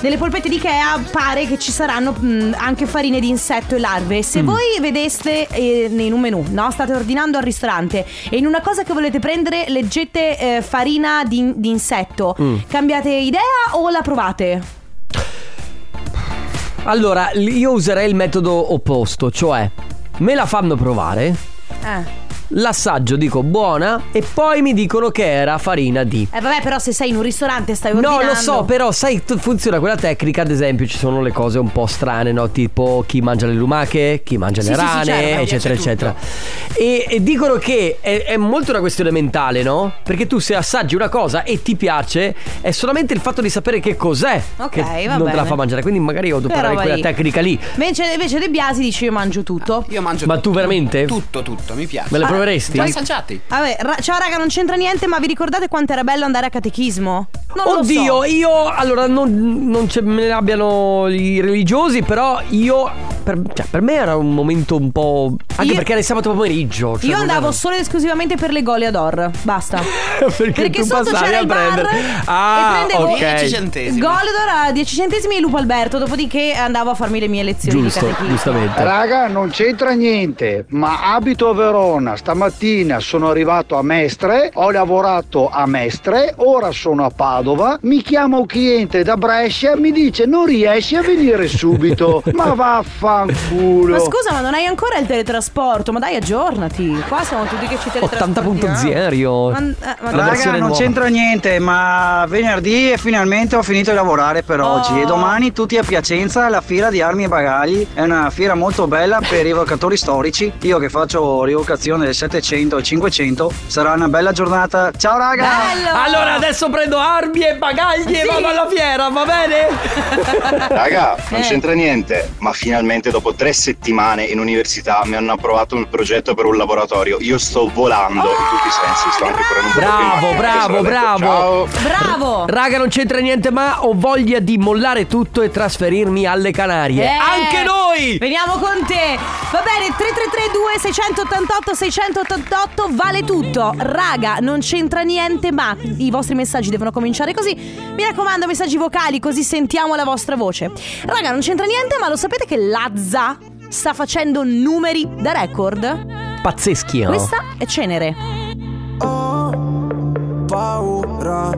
Speaker 2: nelle polpette di Ikea pare che ci saranno mh, anche farine di insetto e larve. Se
Speaker 3: Mm.
Speaker 2: voi vedeste eh, in un menù, no? state ordinando al ristorante e in una cosa che volete prendere leggete eh, farina di, di insetto,
Speaker 3: Mm.
Speaker 2: cambiate idea o la provate?
Speaker 3: Allora, l- io userei il metodo opposto, cioè me la fanno provare,
Speaker 2: Eh.
Speaker 3: l'assaggio dico buona e poi mi dicono che era farina di.
Speaker 2: Eh, vabbè, però se sei in un ristorante e stai
Speaker 3: No,
Speaker 2: ordinando.
Speaker 3: lo so, però sai, t- funziona quella tecnica, ad esempio, ci sono le cose un po' strane, no? Tipo chi mangia le lumache, chi mangia
Speaker 2: Sì,
Speaker 3: le
Speaker 2: sì, sì,
Speaker 3: rane,
Speaker 2: certo.
Speaker 3: eccetera,
Speaker 2: Piace
Speaker 3: eccetera. E, e dicono che è, è molto una questione mentale, no? Perché tu se assaggi una cosa e ti piace, è solamente il fatto di sapere che cos'è
Speaker 2: Ok,
Speaker 3: che
Speaker 2: va
Speaker 3: non te la
Speaker 2: bene.
Speaker 3: fa mangiare, quindi magari io devo
Speaker 2: Quella
Speaker 3: parlare
Speaker 2: roba
Speaker 3: quella
Speaker 2: lì.
Speaker 3: tecnica lì.
Speaker 2: Invece, invece De Biasi dice io mangio tutto.
Speaker 15: Io mangio
Speaker 3: Ma tu veramente?
Speaker 15: Tutto, tutto, mi piace. Ah,
Speaker 3: Me le proveresti?
Speaker 15: Già assaggiati.
Speaker 2: Vabbè, ra- ciao raga, non c'entra niente, ma vi ricordate quanto era bello andare a catechismo? Non lo
Speaker 3: Oddio, eh,
Speaker 2: so.
Speaker 3: io allora non, non ce me ne abbiano i religiosi, però io per, cioè, per me era un momento un po'. Anche
Speaker 2: Io-
Speaker 3: perché era il sabato pomeriggio. cioè,
Speaker 2: Io
Speaker 3: non
Speaker 2: andavo
Speaker 3: era-
Speaker 2: solo ed esclusivamente per le goleador. Basta.
Speaker 3: perché, tu
Speaker 2: sotto
Speaker 3: passavi
Speaker 2: c'era
Speaker 3: a
Speaker 2: il bar
Speaker 3: prendere.
Speaker 2: e
Speaker 3: ah,
Speaker 2: prendevo
Speaker 3: ok.
Speaker 2: Goleador a 10 centesimi e Lupo Alberto. Dopodiché andavo a farmi le mie lezioni
Speaker 3: Giusto,
Speaker 2: di catechismo.
Speaker 3: giustamente.
Speaker 16: Raga, non c'entra niente, ma abito a Verona. Stamattina sono arrivato a Mestre, ho lavorato a Mestre, ora sono a Padova. Mi chiama un cliente da Brescia, mi dice non riesci a venire subito. ma vaffanculo.
Speaker 2: Ma scusa, ma non hai ancora il teletrasporto? Ma dai, aggiornati. Qua siamo tutti che ci teletrasportiamo.
Speaker 3: 80.0
Speaker 2: Ma- eh, ma-
Speaker 17: Raga, non c'entra niente, ma venerdì e finalmente ho finito di lavorare per oggi. E domani tutti a Piacenza alla fiera di armi e bagagli. È una fiera molto bella per i evocatori storici. Io che faccio rievocazione del 700 e 500, sarà una bella giornata. Ciao raga!
Speaker 3: Allora adesso prendo armi e bagagli e
Speaker 17: Sì.
Speaker 3: vado alla fiera, va bene?
Speaker 18: Raga, non
Speaker 3: Eh.
Speaker 18: c'entra niente, ma finalmente dopo tre settimane in università mi hanno approvato un progetto per un laboratorio. Io sto volando in tutti i sensi, sto
Speaker 1: Oh,
Speaker 18: anche correndo un po' più in
Speaker 3: Bravo,
Speaker 18: macchina, sono
Speaker 3: bravo,
Speaker 18: letto.
Speaker 3: bravo.
Speaker 18: Ciao.
Speaker 2: Bravo!
Speaker 3: Raga, non c'entra niente, ma ho voglia di mollare tutto e trasferirmi alle Canarie.
Speaker 2: Eh,
Speaker 3: Anche noi!
Speaker 2: Veniamo con te! Va bene, 3332 688 688 vale tutto. Raga, non c'entra niente, ma i vostri messaggi devono cominciare così. Mi raccomando, messaggi vocali, così sentiamo la vostra voce. Raga, non c'entra niente, ma lo sapete che Lazza sta facendo numeri da record?
Speaker 3: Pazzeschi, oh. no?
Speaker 2: Questa è Cenere.
Speaker 4: Paura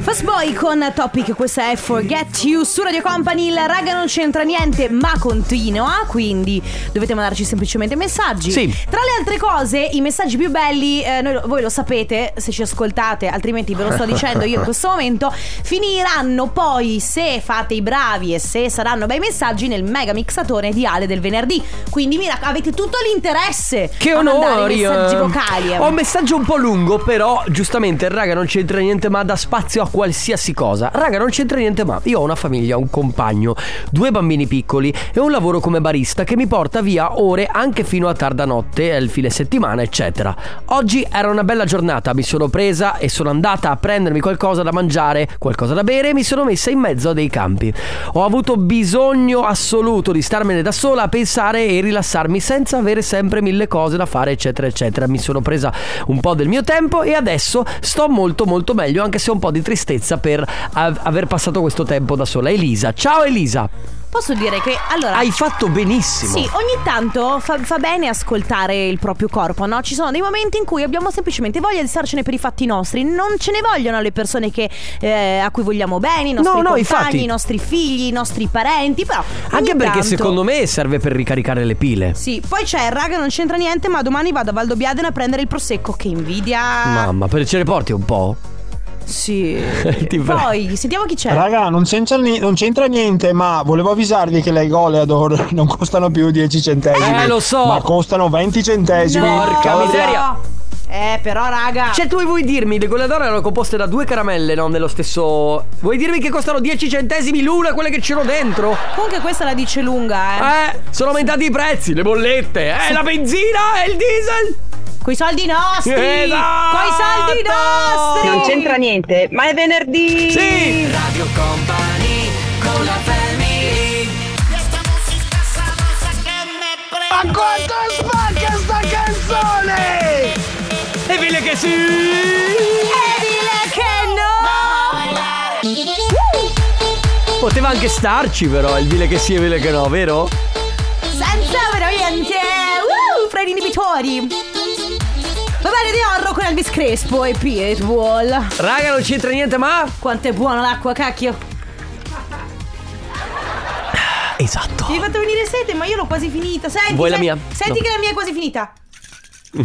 Speaker 2: Fast Boy con Topic, questa è Forget You su Radio Company, il raga non c'entra niente ma continua, quindi dovete mandarci semplicemente messaggi.
Speaker 3: Sì.
Speaker 2: Tra le altre cose, i messaggi più belli, eh, noi lo- voi lo sapete se ci ascoltate, altrimenti ve lo sto dicendo io in questo momento, finiranno poi se fate i bravi e se saranno bei messaggi nel mega mixatone di Ale del venerdì. Quindi mi rac- avete tutto l'interesse
Speaker 3: Che
Speaker 2: a mandare i
Speaker 3: onori!
Speaker 2: messaggi
Speaker 3: eh.
Speaker 2: vocali.
Speaker 3: Ho un messaggio un po' lungo, però giustamente, raga, non c'entra niente, ma dà spazio a qualsiasi cosa. Raga, non c'entra niente, ma io ho una famiglia, un compagno, due bambini piccoli e un lavoro come barista che mi porta via ore anche fino a tarda notte, il fine settimana, eccetera. Oggi era una bella giornata, mi sono presa e sono andata a prendermi qualcosa da mangiare, qualcosa da bere e mi sono messa in mezzo a dei campi. Ho avuto bisogno assoluto di starmene da sola a pensare e rilassarmi senza avere sempre mille cose da fare, eccetera, eccetera. Mi sono presa un po' del mio tempo e adesso sto molto, molto meglio, anche se ho un po' di tristezza per av- aver passato questo tempo da sola. Elisa, ciao Elisa,
Speaker 2: Posso dire che allora
Speaker 3: hai fatto benissimo.
Speaker 2: Sì, ogni tanto fa, fa bene ascoltare il proprio corpo, no? Ci sono dei momenti in cui abbiamo semplicemente voglia di starcene per i fatti nostri. Non ce ne vogliono le persone che, eh, a cui vogliamo bene, i nostri
Speaker 3: No, no,
Speaker 2: compagni,
Speaker 3: infatti.
Speaker 2: i nostri figli, i nostri parenti. Però.
Speaker 3: Anche
Speaker 2: ogni
Speaker 3: perché
Speaker 2: tanto-
Speaker 3: secondo me serve per ricaricare le pile.
Speaker 2: Sì, poi c'è, raga, non c'entra niente, ma domani vado a Valdobbiadene a prendere il prosecco. Che invidia.
Speaker 3: Mamma, per ce le porti un po'?
Speaker 2: Sì.
Speaker 3: Ti prego.
Speaker 2: Poi, sentiamo chi c'è.
Speaker 19: Raga, non c'entra, ni- non c'entra niente, ma volevo avvisarvi che le goleador non costano più 10 centesimi.
Speaker 3: Eh, lo so.
Speaker 19: Ma costano 20 centesimi.
Speaker 3: Porca
Speaker 19: Ciao,
Speaker 3: miseria.
Speaker 2: Eh, però,
Speaker 4: Ah.
Speaker 2: raga.
Speaker 3: Cioè, tu vuoi dirmi le goleadore erano composte da due caramelle, no? Nello stesso. Vuoi dirmi che costano 10 centesimi l'una quelle che c'erano dentro?
Speaker 4: Eh.
Speaker 2: Comunque questa la dice lunga,
Speaker 3: eh. Eh, sono aumentati i prezzi, le bollette, eh, la benzina e il diesel.
Speaker 2: Coi soldi nostri!
Speaker 3: Esatto!
Speaker 2: Coi soldi nostri!
Speaker 15: Non c'entra niente, ma è venerdì!
Speaker 3: Sì!
Speaker 4: Radio Company con la family
Speaker 8: Ma quanto spacca sta canzone!
Speaker 3: E vile che sì!
Speaker 2: che
Speaker 3: Poteva anche starci, però, il vile che sì e il vile che no,
Speaker 2: no!
Speaker 3: vero?
Speaker 2: Senza veramente! Uh, fra i inibitori! Va bene di Orro con Elvis Crespo e Piet Wall. Ah,
Speaker 3: Raga, non c'entra niente, ma.
Speaker 2: Quanto è buona l'acqua, cacchio!
Speaker 3: Esatto.
Speaker 2: Mi hai fatto venire sete, ma io l'ho quasi finita. Senti,
Speaker 3: Vuoi la
Speaker 2: sen-
Speaker 3: mia?
Speaker 2: Senti
Speaker 3: No.
Speaker 2: che la mia è quasi finita.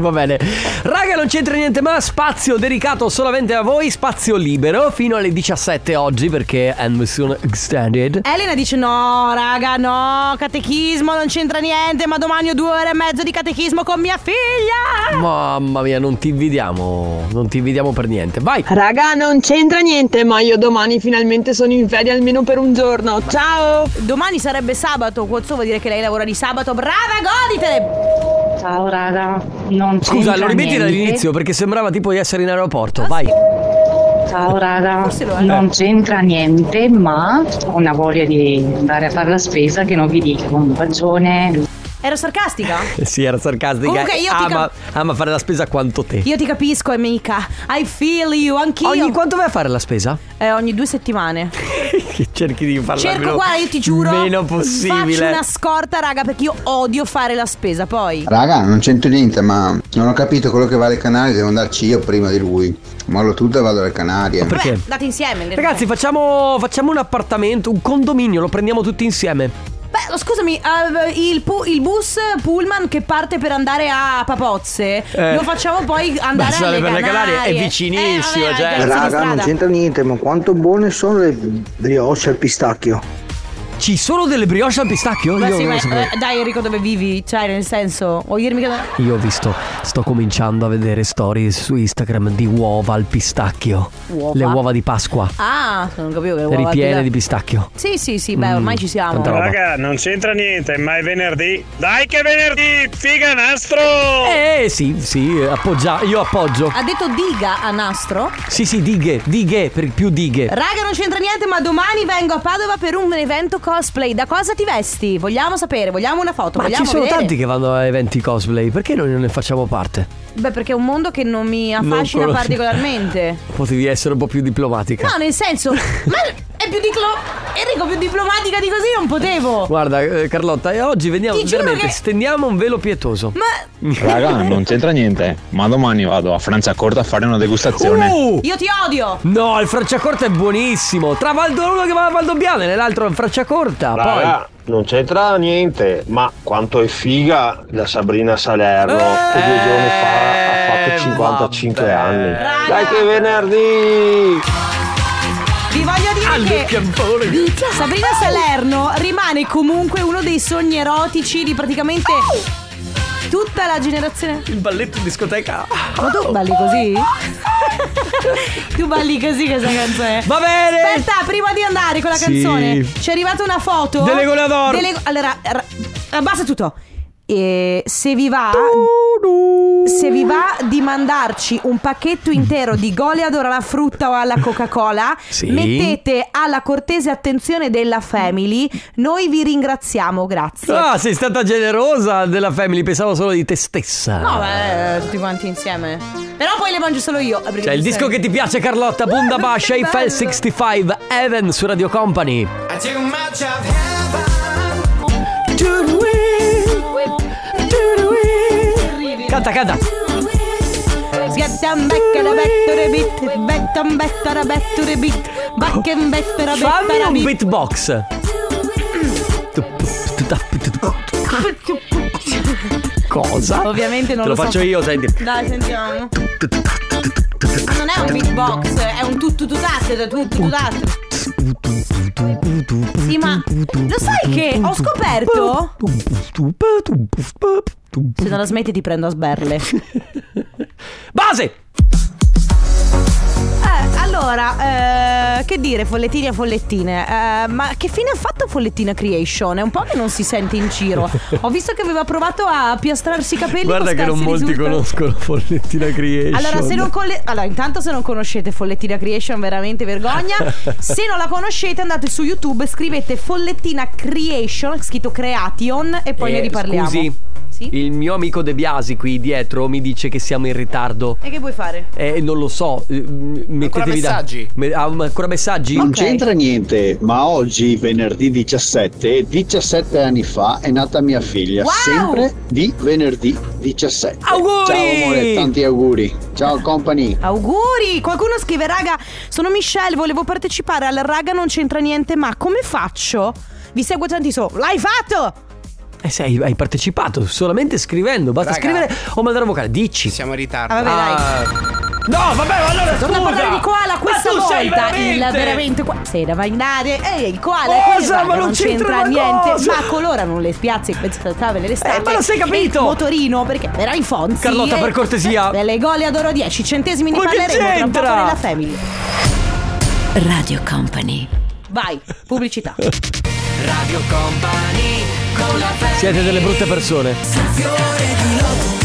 Speaker 3: Va bene. Raga, non c'entra niente, ma spazio dedicato solamente a voi, spazio libero fino alle 17 oggi perché è Amazon Extended.
Speaker 2: Elena dice no, raga, no, catechismo, non c'entra niente, ma domani ho due ore e mezzo di catechismo con mia figlia.
Speaker 3: Mamma mia, non ti invidiamo, non ti invidiamo per niente. Vai.
Speaker 15: Raga, non c'entra niente, ma io domani finalmente sono in ferie almeno per un giorno. Ciao!
Speaker 2: Domani sarebbe sabato, Quozzo vuol dire che lei lavora di sabato. Brava, goditele!
Speaker 20: Ciao raga, non c'entra
Speaker 3: Scusa, lo ripeti
Speaker 20: niente.
Speaker 3: dall'inizio perché sembrava tipo di essere in aeroporto. Vai.
Speaker 20: Ciao raga, non c'entra niente, ma ho una voglia di andare a fare la spesa che non vi dico. Un bacione.
Speaker 2: Ero sarcastica?
Speaker 3: Sì, era sarcastica.
Speaker 2: Comunque io ti
Speaker 3: ama, ama fare la spesa quanto te.
Speaker 2: Io ti capisco, amica. I feel you, anch'io.
Speaker 3: Ogni quanto vai a fare la spesa?
Speaker 2: Eh, ogni due settimane.
Speaker 3: Che cerchi di farla
Speaker 2: Cerco,
Speaker 3: meno,
Speaker 2: guarda, io ti giuro.
Speaker 3: Meno
Speaker 2: Faccio
Speaker 3: possibile.
Speaker 2: una scorta, raga, perché io odio fare la spesa. Poi.
Speaker 21: Raga, non c'entro niente, ma non ho capito quello che vale le Canarie, devo andarci io prima di lui. Mollo tutto e vado alle Canarie.
Speaker 3: Perché?
Speaker 2: Andate insieme. le-
Speaker 3: Ragazzi, facciamo, facciamo un appartamento, un condominio, lo prendiamo tutti insieme.
Speaker 2: Beh, scusami, eh, il, pu- il bus Pullman che parte per andare a Papozze,
Speaker 3: Eh.
Speaker 2: lo facciamo poi
Speaker 3: Ma
Speaker 2: andare
Speaker 3: sale
Speaker 2: alle Eh,
Speaker 3: per le Canarie è vicinissimo, cioè.
Speaker 22: Raga, non c'entra niente, ma quanto buone sono le brioche al pistacchio.
Speaker 3: Ci sono delle brioche al pistacchio?
Speaker 2: Ma
Speaker 3: Io
Speaker 2: sì,
Speaker 3: non
Speaker 2: ma,
Speaker 3: lo sapevo.
Speaker 2: eh, dai Enrico dove vivi? Cioè nel senso Vuoi dirmi che
Speaker 3: Io ho visto, sto cominciando a vedere storie su Instagram di uova al pistacchio.
Speaker 2: Uova?
Speaker 3: Le uova di Pasqua.
Speaker 2: Ah Non capivo che uova
Speaker 3: ripiene di
Speaker 2: pistacchio
Speaker 3: pistacchio.
Speaker 2: Sì sì sì Beh ormai
Speaker 3: Mm,
Speaker 2: ci siamo
Speaker 3: tanta roba.
Speaker 23: Raga, non c'entra niente, ma è venerdì. Dai che è venerdì, figa nastro!
Speaker 3: Eh sì, sì, appoggia, io appoggio.
Speaker 2: Ha detto diga a nastro
Speaker 3: Sì, sì, dighe, dighe, per più dighe.
Speaker 2: Raga non c'entra niente Ma domani vengo a Padova Per un evento cosplay Da cosa ti vesti? Vogliamo sapere Vogliamo una foto
Speaker 3: Ma
Speaker 2: Vogliamo
Speaker 3: ci sono
Speaker 2: vedere?
Speaker 3: tanti che vanno a eventi cosplay, perché noi non ne facciamo parte?
Speaker 2: Beh perché è un mondo Che non mi affascina
Speaker 3: conosco.
Speaker 2: particolarmente
Speaker 3: Potevi essere un po' più diplomatica.
Speaker 2: No nel senso Ma è più diclo Enrico più diplomatica di così Non potevo
Speaker 3: Guarda, eh, Carlotta, eh, oggi veniamo
Speaker 2: Ti giuro
Speaker 3: veramente
Speaker 2: che-
Speaker 3: stendiamo un velo pietoso.
Speaker 2: Ma
Speaker 24: Raga, non c'entra niente, ma domani vado a Franciacorta a fare una degustazione.
Speaker 3: Uh!
Speaker 2: Io ti odio
Speaker 3: No, il Franciacorta è buonissimo. Tra Valdoluno che va a Valdobbiane, nell'altro è il Franciacorta. Poi.
Speaker 25: Raga, Ah, non c'entra niente, ma quanto è figa la Sabrina Salerno che due giorni fa ha fatto 55 anni. Dai che è venerdì!
Speaker 2: Vi voglio dire che Sabrina Salerno rimane comunque uno dei sogni erotici di praticamente tutta la generazione.
Speaker 3: Il balletto in discoteca.
Speaker 2: Ma tu balli così? tu balli così questa canzone.
Speaker 3: Va bene.
Speaker 2: Aspetta, prima di andare con la
Speaker 3: Sì.
Speaker 2: canzone, ci è arrivata una foto.
Speaker 3: Delle Goleador.
Speaker 2: Delle- Allora, ra- abbassa tutto. E se vi
Speaker 3: Ah.
Speaker 2: va. Se vi va di mandarci un pacchetto intero di goleador alla frutta o alla Coca-Cola,
Speaker 3: Sì.
Speaker 2: mettete alla cortese attenzione della Family. Noi vi ringraziamo, grazie.
Speaker 3: Ah, sei stata generosa della family, pensavo solo di te stessa.
Speaker 2: No, beh, tutti quanti insieme. Però poi le mangio solo io. eh, perché
Speaker 3: C'è Cioè, il
Speaker 2: mi
Speaker 3: disco
Speaker 2: serve.
Speaker 3: che ti piace Carlotta, Bunda Basha, Eiffel 65, Evan su Radio Company.
Speaker 4: I take a match of heaven
Speaker 3: Canta, canta.
Speaker 2: Get down back and back to the beat. Back and back to the back to the beat. Back and back to the back to
Speaker 3: Fammi
Speaker 2: the
Speaker 3: un
Speaker 2: beat.
Speaker 3: beatbox. Cosa?
Speaker 2: Ovviamente non
Speaker 3: Te
Speaker 2: lo,
Speaker 3: lo faccio
Speaker 2: so.
Speaker 3: io, senti.
Speaker 2: Dai, sentiamo. Ma non è un beatbox, è un tuttututat, tuttututat. Sì, ma lo sai che ho scoperto? Se non la smetti ti prendo a sberle.
Speaker 3: frase.
Speaker 2: Eh, allora, eh, che dire, follettini e follettine. Eh, ma che fine ha fatto Follettina Creation? È un po' che non si sente in giro. Ho visto che aveva provato a piastrarsi i capelli.
Speaker 3: Guarda
Speaker 2: con
Speaker 3: che non
Speaker 2: scarsi
Speaker 3: molti
Speaker 2: risultati.
Speaker 3: conoscono Follettina Creation.
Speaker 2: Allora, se non colle- allora, intanto se non conoscete Follettina Creation, veramente vergogna. se non la conoscete, andate su YouTube, scrivete Follettina Creation, scritto Creation, e poi
Speaker 3: Eh,
Speaker 2: ne riparliamo.
Speaker 3: Scusi, il mio amico De Biasi qui dietro mi dice che siamo in ritardo.
Speaker 2: E che vuoi fare?
Speaker 3: Eh, non lo so. eh, m- Mettetevi da-
Speaker 1: messaggi?
Speaker 3: me- ah, ma ancora messaggi?
Speaker 1: Non c'entra niente, ma oggi, venerdì 17, 17 anni fa, è nata mia figlia.
Speaker 3: Wow!
Speaker 1: Sempre di venerdì 17.
Speaker 2: Auguri!
Speaker 1: Ciao amore, tanti auguri. Ciao company.
Speaker 2: Auguri! Qualcuno scrive, raga, sono Michelle, volevo partecipare al raga, non c'entra niente, ma come faccio? Vi seguo tanti so. L'hai fatto!
Speaker 3: Eh, sei, hai partecipato solamente scrivendo. Basta
Speaker 2: Raga.
Speaker 3: scrivere o mandare un vocale. Dici. Siamo in ritardo.
Speaker 2: Ah, vabbè,
Speaker 3: No, vabbè, ma allora
Speaker 2: Torna a
Speaker 3: scusa!
Speaker 2: parlare di koala
Speaker 3: Ma
Speaker 2: questa
Speaker 3: tu
Speaker 2: volta.
Speaker 3: sei
Speaker 2: Il
Speaker 3: veramente-
Speaker 2: veramente qua. Sei da marinare. E il koala.
Speaker 3: Cosa?
Speaker 2: e il raga,
Speaker 3: Ma non c'entra una
Speaker 2: niente.
Speaker 3: cosa.
Speaker 2: Ma colorano le piazze e tavole l'estate.
Speaker 3: Eh, ma lo sei capito?
Speaker 2: E il motorino, perché era in Fonzi.
Speaker 3: Carlotta,
Speaker 2: e-
Speaker 3: per cortesia.
Speaker 2: e Le gole ad oro 10 centesimi ne
Speaker 3: Ma che
Speaker 2: parleremo tra un po'
Speaker 3: c'entra?
Speaker 2: nella family.
Speaker 6: Radio Company.
Speaker 2: Vai, pubblicità.
Speaker 4: Radio Company con la
Speaker 3: Siete delle brutte persone.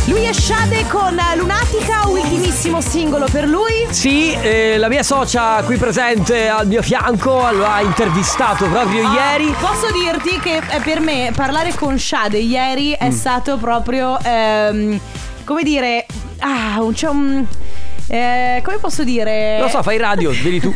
Speaker 2: Lui è Shade con Lunatica, ultimissimo singolo per lui.
Speaker 3: Sì, eh, la mia socia qui presente al mio fianco lo ha intervistato proprio
Speaker 2: Ah,
Speaker 3: ieri.
Speaker 2: Posso dirti che eh, per me parlare con Shade ieri
Speaker 3: Mm.
Speaker 2: è stato proprio. ehm, come dire. Ah, un- c'è un. eh, come posso dire?
Speaker 3: Lo so, fai radio, vedi tu.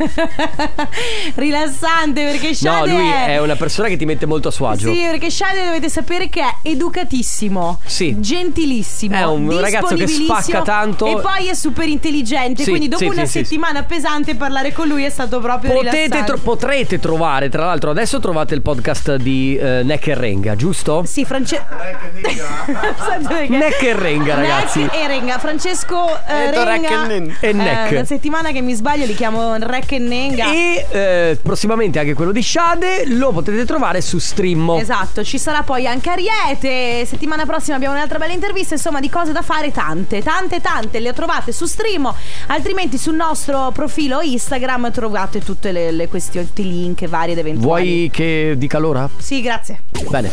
Speaker 2: Rilassante perché
Speaker 3: No,
Speaker 2: Shade
Speaker 3: lui
Speaker 2: è.
Speaker 3: è una persona che ti mette molto a suo agio.
Speaker 2: Sì, perché Shade dovete sapere che è educatissimo,
Speaker 3: Sì.
Speaker 2: gentilissimo,
Speaker 3: È un ragazzo che
Speaker 2: disponibilissimo
Speaker 3: spacca tanto.
Speaker 2: e poi è super intelligente,
Speaker 3: Sì,
Speaker 2: quindi dopo
Speaker 3: sì,
Speaker 2: una
Speaker 3: sì, sì,
Speaker 2: settimana pesante parlare con lui è stato proprio
Speaker 3: Potete,
Speaker 2: rilassante.
Speaker 3: tro- potrete trovare, tra l'altro, adesso trovate il podcast di eh, Neck e Renga, giusto?
Speaker 2: Sì, Francesco.
Speaker 3: Neck e Renga, ragazzi.
Speaker 2: Neck e Renga, Francesco eh,
Speaker 3: Detto
Speaker 2: Renga
Speaker 3: Recken- e
Speaker 2: eh,
Speaker 3: Neck.
Speaker 2: una settimana che mi sbaglio li chiamo Rec e Nenga.
Speaker 3: E eh, prossimamente anche quello di Shade lo potete trovare su Stream.
Speaker 2: Esatto, ci sarà poi anche Ariete. Settimana prossima abbiamo un'altra bella intervista. Insomma, di cose da fare tante, tante, tante. Le trovate su Stream. Altrimenti sul nostro profilo Instagram trovate tutte le, le questioni, tutti i link vari ed eventuali.
Speaker 3: Vuoi che dica l'ora?
Speaker 2: Sì, grazie.
Speaker 3: Bene.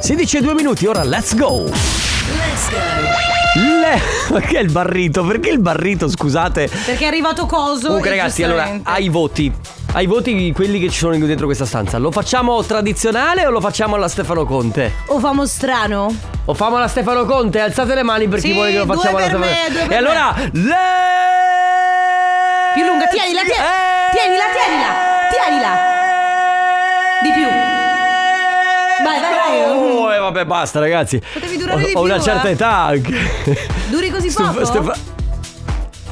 Speaker 3: 16 e 2 minuti, ora let's go.
Speaker 2: Let's go.
Speaker 3: Le... Perché il barrito? Perché il barrito, scusate?
Speaker 2: Perché è arrivato coso.
Speaker 3: Comunque
Speaker 2: e
Speaker 3: Uh, ragazzi, allora, ah.
Speaker 2: giustamente-
Speaker 3: ai voti. Ai voti quelli che ci sono dentro questa stanza. Lo facciamo tradizionale o lo facciamo alla Stefano Conte?
Speaker 2: O famo strano.
Speaker 3: O famo alla Stefano Conte? Alzate le mani per
Speaker 2: Sì,
Speaker 3: chi vuole che lo
Speaker 2: due
Speaker 3: facciamo alla
Speaker 2: per
Speaker 3: Stefano
Speaker 2: me, due per
Speaker 3: E allora,
Speaker 2: Più lunga, tienila, tie- tienila, tienila,
Speaker 3: Eh!
Speaker 2: tienila. Di più. Vai, vai, vai.
Speaker 3: Oh, e vabbè, basta, ragazzi.
Speaker 2: Potevi durare
Speaker 3: ho,
Speaker 2: di
Speaker 3: ho una
Speaker 2: più,
Speaker 3: certa
Speaker 2: eh.
Speaker 3: età anche.
Speaker 2: Duri così
Speaker 3: Stu-
Speaker 2: poco?
Speaker 3: Stefa-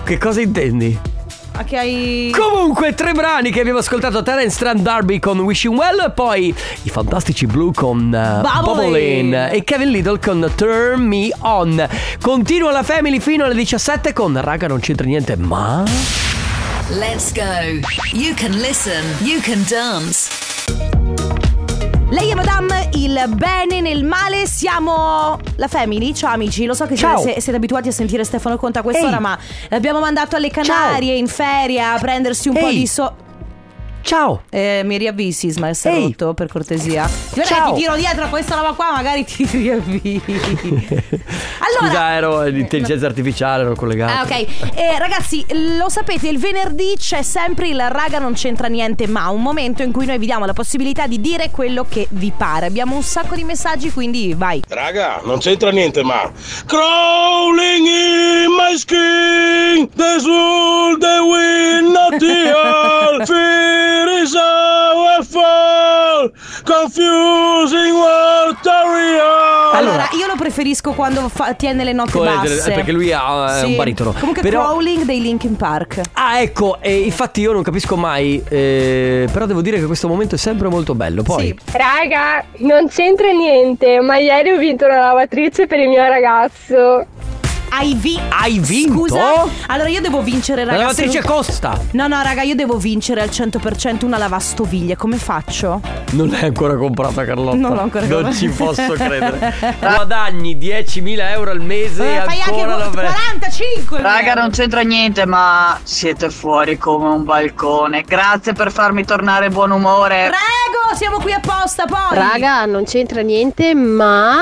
Speaker 3: Che cosa intendi?
Speaker 2: Ah, che hai...
Speaker 3: Comunque, tre brani che abbiamo ascoltato: Terence Strand Darby con Wishing Well, e poi i fantastici Blue con eh,
Speaker 4: Bubbling.
Speaker 3: Bubbling e Kevin Little con Turn Me On. Continua la family fino alle 17 con Raga, non c'entra niente, ma.
Speaker 6: Let's go. You can listen, you can dance.
Speaker 2: Lei è Madame, il bene nel male, siamo la family, ciao amici, lo so che
Speaker 6: Ciao.
Speaker 2: siete, siete abbiati a sentire Stefano Conta a quest'ora,
Speaker 6: Ehi.
Speaker 2: ma l'abbiamo mandato alle Canarie in feria a prendersi un po'
Speaker 6: Ehi.
Speaker 2: di so... eh,
Speaker 3: Ciao!
Speaker 2: mi riavvisi, ma è rotto, per cortesia. Guarda che
Speaker 3: Ciao.
Speaker 2: ti tiro dietro a questa roba qua, magari ti riavvisi. Allora-
Speaker 3: Scusa, ero l'intelligenza artificiale, ero collegato.
Speaker 2: Ah, ok. Eh, ragazzi, lo sapete, il venerdì c'è sempre il raga non c'entra niente, ma un momento in cui noi vi diamo la possibilità di dire quello che vi pare. Abbiamo un sacco di messaggi, quindi vai.
Speaker 5: Raga, non c'entra niente, ma Crawling in my skin The soul the wind not the all Fear is our fall Confusing what the real
Speaker 2: Allora, io lo preferisco quando fa- tiene le note
Speaker 3: Come-
Speaker 2: basse.
Speaker 3: eh, perché lui ha- è un baritono.
Speaker 2: Comunque
Speaker 3: Però-
Speaker 2: Crawling dei Linkin Park.
Speaker 3: Ah, ecco, e infatti io non capisco mai, eh, però devo dire che questo momento è sempre molto bello. Poi,
Speaker 7: Raga, non c'entra niente, ma ieri ho vinto una lavatrice per il mio ragazzo.
Speaker 2: hai, vi-
Speaker 3: Hai vinto?
Speaker 2: Scusa. Allora io devo vincere,
Speaker 3: La
Speaker 2: raga.
Speaker 3: lavatrice costa.
Speaker 2: No, no, raga, io devo vincere al 100% una lavastoviglie. Come faccio?
Speaker 3: Non l'hai ancora comprata Carlotta
Speaker 2: Non l'ho ancora
Speaker 3: Non
Speaker 2: comprata.
Speaker 3: ci posso credere Guadagni 10.000 euro al mese e
Speaker 2: Eh, fai anche
Speaker 3: ancora
Speaker 2: qu-
Speaker 3: la-
Speaker 2: 45
Speaker 17: Raga, non c'entra niente, ma siete fuori come un balcone. Grazie per farmi tornare buon umore.
Speaker 2: Prego, siamo qui apposta poi.
Speaker 12: Raga, non c'entra niente, ma.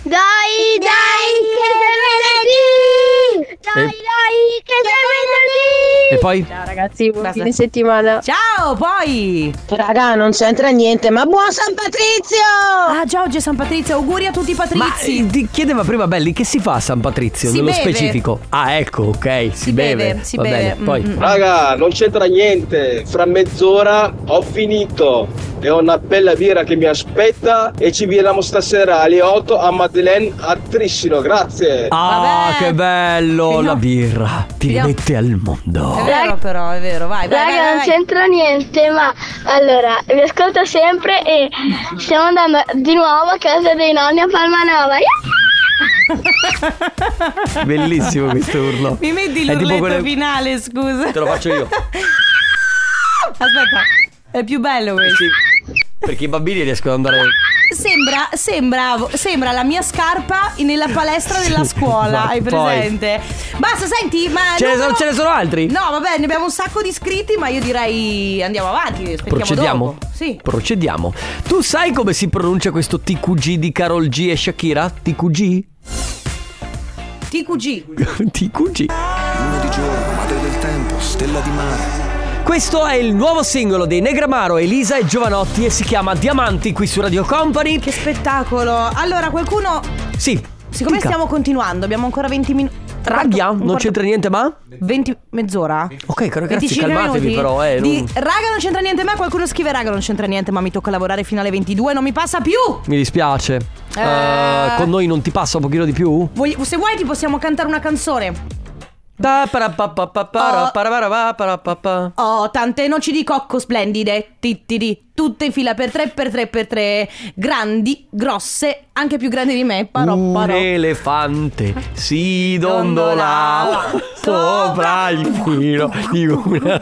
Speaker 12: Dai, dai, che è venerdì! Dai,
Speaker 3: E-
Speaker 12: dai, che è venerdì!
Speaker 3: E poi?
Speaker 12: Ciao ragazzi, buon fine settimana.
Speaker 2: Ciao, poi!
Speaker 12: Raga, non c'entra niente, ma buon San Patrizio!
Speaker 2: Ah, già oggi è San Patrizio. Auguri a tutti i
Speaker 3: Ma
Speaker 2: patrizi.
Speaker 3: eh, ti chiedeva prima Belli che si fa a San Patrizio
Speaker 2: Si
Speaker 3: nello
Speaker 2: beve.
Speaker 3: specifico Ah ecco ok Si, beve,
Speaker 2: beve, si
Speaker 3: Va
Speaker 2: beve.
Speaker 3: bene
Speaker 2: Mm,
Speaker 3: poi
Speaker 5: Raga, non c'entra niente. Fra mezz'ora ho finito. E ho una bella birra che mi aspetta. E ci vediamo stasera alle 8 a Madeleine a Trissino. Grazie.
Speaker 3: Ah che bello la birra Ti
Speaker 12: Fino-
Speaker 3: mette al mondo
Speaker 2: È vero però, è vero, vai, vai,
Speaker 12: Raga,
Speaker 2: vai,
Speaker 12: non
Speaker 2: vai.
Speaker 12: c'entra niente, ma allora vi ascolto sempre e stiamo andando di nuovo a casa dei nonni a Palmanova.
Speaker 3: Bellissimo questo urlo
Speaker 2: Mi metti
Speaker 3: È tipo
Speaker 2: l'urletto
Speaker 3: quelle-
Speaker 2: finale, scusa.
Speaker 3: Te lo faccio io
Speaker 2: Aspetta, è più bello questo.
Speaker 3: Perché i bambini riescono ad andare
Speaker 2: Sembra, sembra, sembra la mia scarpa nella palestra della
Speaker 3: ma
Speaker 2: scuola, hai
Speaker 3: poi-
Speaker 2: presente? Basta, senti, ma...
Speaker 3: Ce ne
Speaker 2: non
Speaker 3: sono- ce ne sono altri?
Speaker 2: No, vabbè, ne abbiamo un sacco di iscritti, ma io direi andiamo avanti, aspettiamo
Speaker 3: Procediamo?
Speaker 2: dopo. Sì.
Speaker 3: Procediamo. Tu sai come si pronuncia questo TQG di Carol G e Shakira? TQG?
Speaker 2: TQG.
Speaker 3: TQG.
Speaker 26: Luna di giorno, madre del tempo, stella di mare.
Speaker 3: Questo è il nuovo singolo dei Negramaro, Elisa e Giovanotti e si chiama Diamanti qui su Radio Company. Che
Speaker 2: spettacolo! Allora, qualcuno...
Speaker 3: Sì.
Speaker 2: Siccome
Speaker 3: dica.
Speaker 2: stiamo continuando, abbiamo ancora 20 minuti...
Speaker 3: Rabbia? Non c'entra niente, ma?
Speaker 2: 20 mezz'ora?
Speaker 3: Ok, caro, grazie,
Speaker 2: 25
Speaker 3: Eh, calmatevi
Speaker 2: minuti
Speaker 3: però, eh.
Speaker 2: di,
Speaker 3: non-
Speaker 2: Raga non c'entra niente ma qualcuno scrive Raga non c'entra niente ma mi tocca lavorare fino alle 22 Non mi passa più
Speaker 3: Mi dispiace.
Speaker 2: Eh.
Speaker 3: Eh, con noi non ti passa un pochino di più?
Speaker 2: Voglio- Se vuoi ti possiamo cantare una canzone
Speaker 3: Da para pa pa pa para para para pa para pa pa.
Speaker 2: Oh tante noci di cocco splendide ti ti di, Tutte in fila per tre per tre per tre Grandi, grosse, anche più grandi di me Parò
Speaker 3: Un
Speaker 2: parò
Speaker 3: elefante si dondolava sopra il filo di una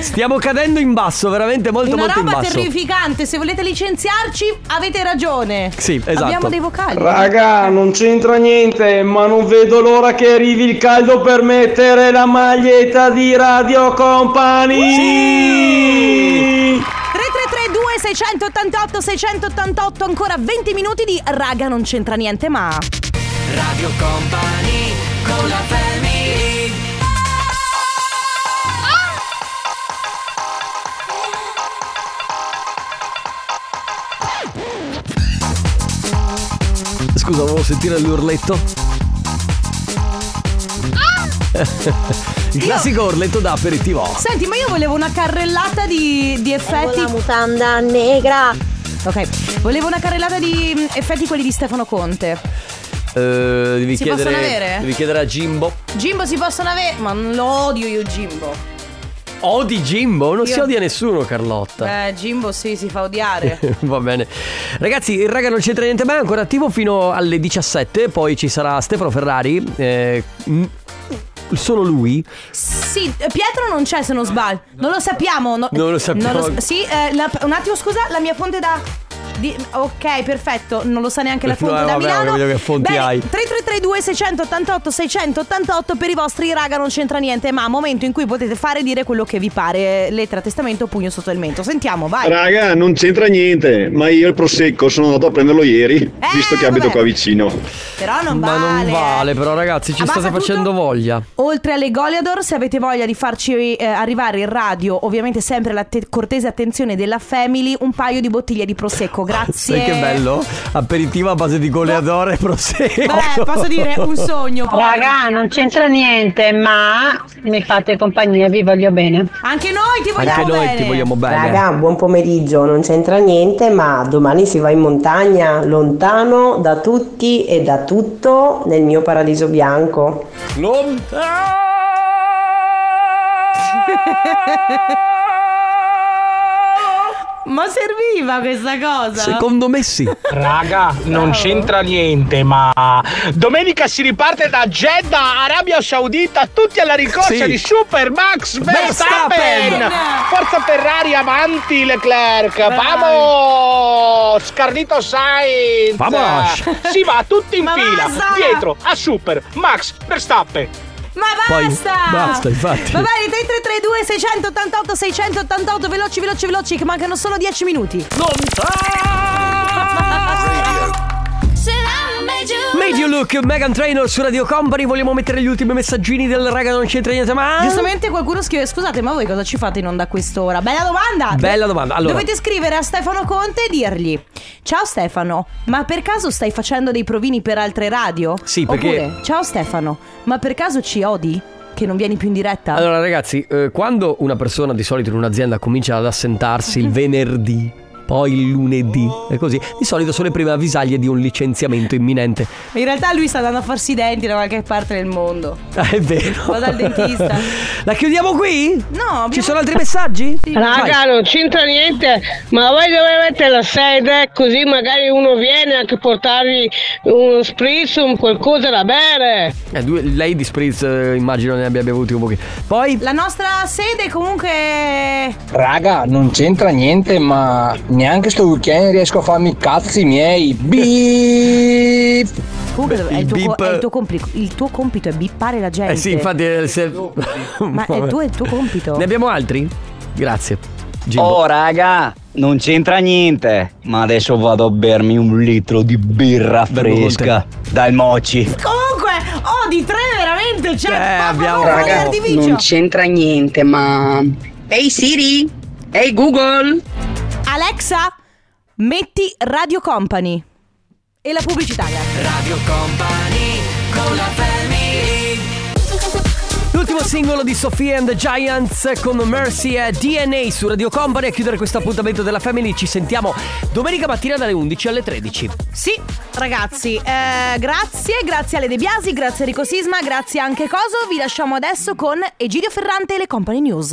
Speaker 3: Stiamo cadendo in basso, veramente molto
Speaker 2: Una
Speaker 3: molto in
Speaker 2: roba
Speaker 3: basso.
Speaker 2: terrificante Se volete licenziarci avete ragione
Speaker 3: Sì, esatto.
Speaker 2: Abbiamo dei vocali
Speaker 5: Raga, non c'entra niente, ma non vedo l'ora che arrivi il caldo per mettere la maglietta di Radio Company.
Speaker 2: 3332 688 688 ancora 20 minuti di raga non c'entra niente ma
Speaker 27: Radio Company con la family.
Speaker 3: Scusa, volevo sentire l'urletto. il classico urletto da aperitivo.
Speaker 2: Senti ma io volevo una carrellata di, di effetti Ecco la mutanda negra Ok volevo una carrellata di mm, effetti quelli di Stefano Conte
Speaker 3: Eh, devi
Speaker 2: Si
Speaker 3: chiedere
Speaker 2: possono avere?
Speaker 3: devi chiedere a Jimbo.
Speaker 2: Jimbo si possono avere ma non lo odio io Jimbo
Speaker 3: Odi Jimbo, non si
Speaker 2: Io-
Speaker 3: odia nessuno, Carlotta.
Speaker 2: Eh Jimbo sì si fa odiare
Speaker 3: Va bene. Ragazzi, il raga non c'entra niente bene, è ancora attivo fino alle 17, poi ci sarà Stefano Ferrari. eh, n- solo lui.
Speaker 2: Sì, eh, Pietro non c'è se non sbaglio. Non lo sappiamo. no-
Speaker 3: Non lo sappiamo.
Speaker 2: sa- sì, eh, la- un attimo, scusa, la mia fonte da. di- ok, perfetto. Non lo sa neanche la
Speaker 3: No,
Speaker 2: fonte da
Speaker 3: vabbè, ho
Speaker 2: Milano.
Speaker 3: capito che fonti
Speaker 2: Bene,
Speaker 3: hai.
Speaker 2: 3332 688 688 per i vostri raga non c'entra niente, ma momento in cui potete fare e dire quello che vi pare. eh, Lettera, testamento, pugno sotto il mento. Sentiamo, vai.
Speaker 28: Raga, non c'entra niente, ma io il prosecco sono andato a prenderlo ieri, visto che abito qua vicino.
Speaker 2: Però non
Speaker 3: Ma
Speaker 2: vale.
Speaker 3: non vale, però, ragazzi, ci
Speaker 2: Abbassa
Speaker 3: state facendo voglia.
Speaker 2: Oltre alle Goliador, se avete voglia di farci eh, arrivare in radio, ovviamente sempre la te- cortese attenzione della Family, un paio di bottiglie di prosecco. Grazie.
Speaker 3: Sai che bello? Aperitivo a base di goleadore e prosecco.
Speaker 2: Beh, posso dire un sogno. poi.
Speaker 12: Raga, non c'entra niente, ma mi fate compagnia, vi voglio bene.
Speaker 2: Anche noi ti vogliamo
Speaker 3: Anche noi
Speaker 2: bene.
Speaker 3: ti vogliamo bene.
Speaker 6: Raga, buon pomeriggio, non c'entra niente, ma domani si va in montagna, lontano da tutti e da tutto nel mio paradiso bianco.
Speaker 3: Lontano.
Speaker 2: Ma serviva questa cosa?
Speaker 3: Secondo me sì.
Speaker 5: Raga, non c'entra niente, ma domenica si riparte da Jeddah, Arabia Saudita, tutti alla ricorsa
Speaker 3: Sì.
Speaker 5: di Super Max
Speaker 3: Verstappen.
Speaker 5: Verstappen. Forza Ferrari avanti Leclerc. Vamos! Carlito Sainz.
Speaker 3: Vamos!
Speaker 5: Si va tutti in fila, dietro a Super Max Verstappen.
Speaker 2: Ma
Speaker 5: Poi-
Speaker 2: basta!
Speaker 5: basta, infatti.
Speaker 2: Va bene, 3332 688 688 veloci veloci veloci che mancano solo 10 minuti.
Speaker 3: Made you look, Megan Trainor su Radio Company. Vogliamo mettere gli ultimi messaggini del raga, non c'entra niente, ma.
Speaker 2: Giustamente qualcuno scrive "Scusate, ma voi cosa ci fate in onda a quest'ora?" Bella domanda.
Speaker 3: Bella domanda. Allora,
Speaker 2: Dovete scrivere a Stefano Conte e dirgli: "Ciao Stefano, ma per caso stai facendo dei provini per altre radio?"
Speaker 3: Sì, perché-
Speaker 2: Oppure: "Ciao Stefano, ma per caso ci odi che non vieni più in diretta?"
Speaker 3: Allora, ragazzi, eh, quando una persona di solito in un'azienda comincia ad assentarsi il venerdì, poi il lunedì e così, di solito sono le prime avvisaglie di un licenziamento imminente.
Speaker 2: In realtà lui sta andando a farsi i denti da qualche parte del mondo.
Speaker 3: Ah, è vero.
Speaker 2: Vado al dentista.
Speaker 3: La chiudiamo qui?
Speaker 2: No,
Speaker 3: Ci sono altri messaggi?
Speaker 12: Raga, non c'entra niente, ma voi dove avete la sede? Così magari uno viene anche a portarvi uno spritz, un qualcosa da bere.
Speaker 3: Eh, due- lei di Spritz eh, immagino ne abbia bevuti un pochino. Poi
Speaker 2: La nostra sede comunque
Speaker 4: Raga, non c'entra niente, ma neanche sto weekend riesco a farmi i cazzi miei. Beep!
Speaker 2: Comunque
Speaker 4: Beh,
Speaker 2: è, il
Speaker 4: il
Speaker 2: tuo, co-
Speaker 4: beep-
Speaker 2: è il tuo compli- il tuo compito è bippare la gente.
Speaker 3: Eh sì, infatti eh, se...
Speaker 2: Ma è il tuo, è il tuo compito.
Speaker 3: Ne abbiamo altri? Grazie.
Speaker 17: Oh raga, non c'entra niente, ma adesso vado a bermi un litro di birra
Speaker 3: Bello con te.
Speaker 17: fresca dai moci.
Speaker 2: Comunque, oh, di tre veramente, cioè, ma
Speaker 17: Eh, abbiamo-
Speaker 2: favore,
Speaker 17: Raga,
Speaker 2: artificio.
Speaker 29: Non c'entra niente, ma. Ehi Siri! Ehi Google!
Speaker 2: Alexa, metti Radio Company e la pubblicità.
Speaker 30: Radio Company con la family.
Speaker 3: L'ultimo singolo di Sofia and the Giants con Mercy e DNA su Radio Company a chiudere questo appuntamento della Family. Ci sentiamo domenica mattina dalle 11 alle 13.
Speaker 2: Sì, ragazzi, eh, grazie, grazie alle De Biasi, grazie a Rico Sisma, grazie anche Coso. Vi lasciamo adesso con Egidio Ferrante e le Company News.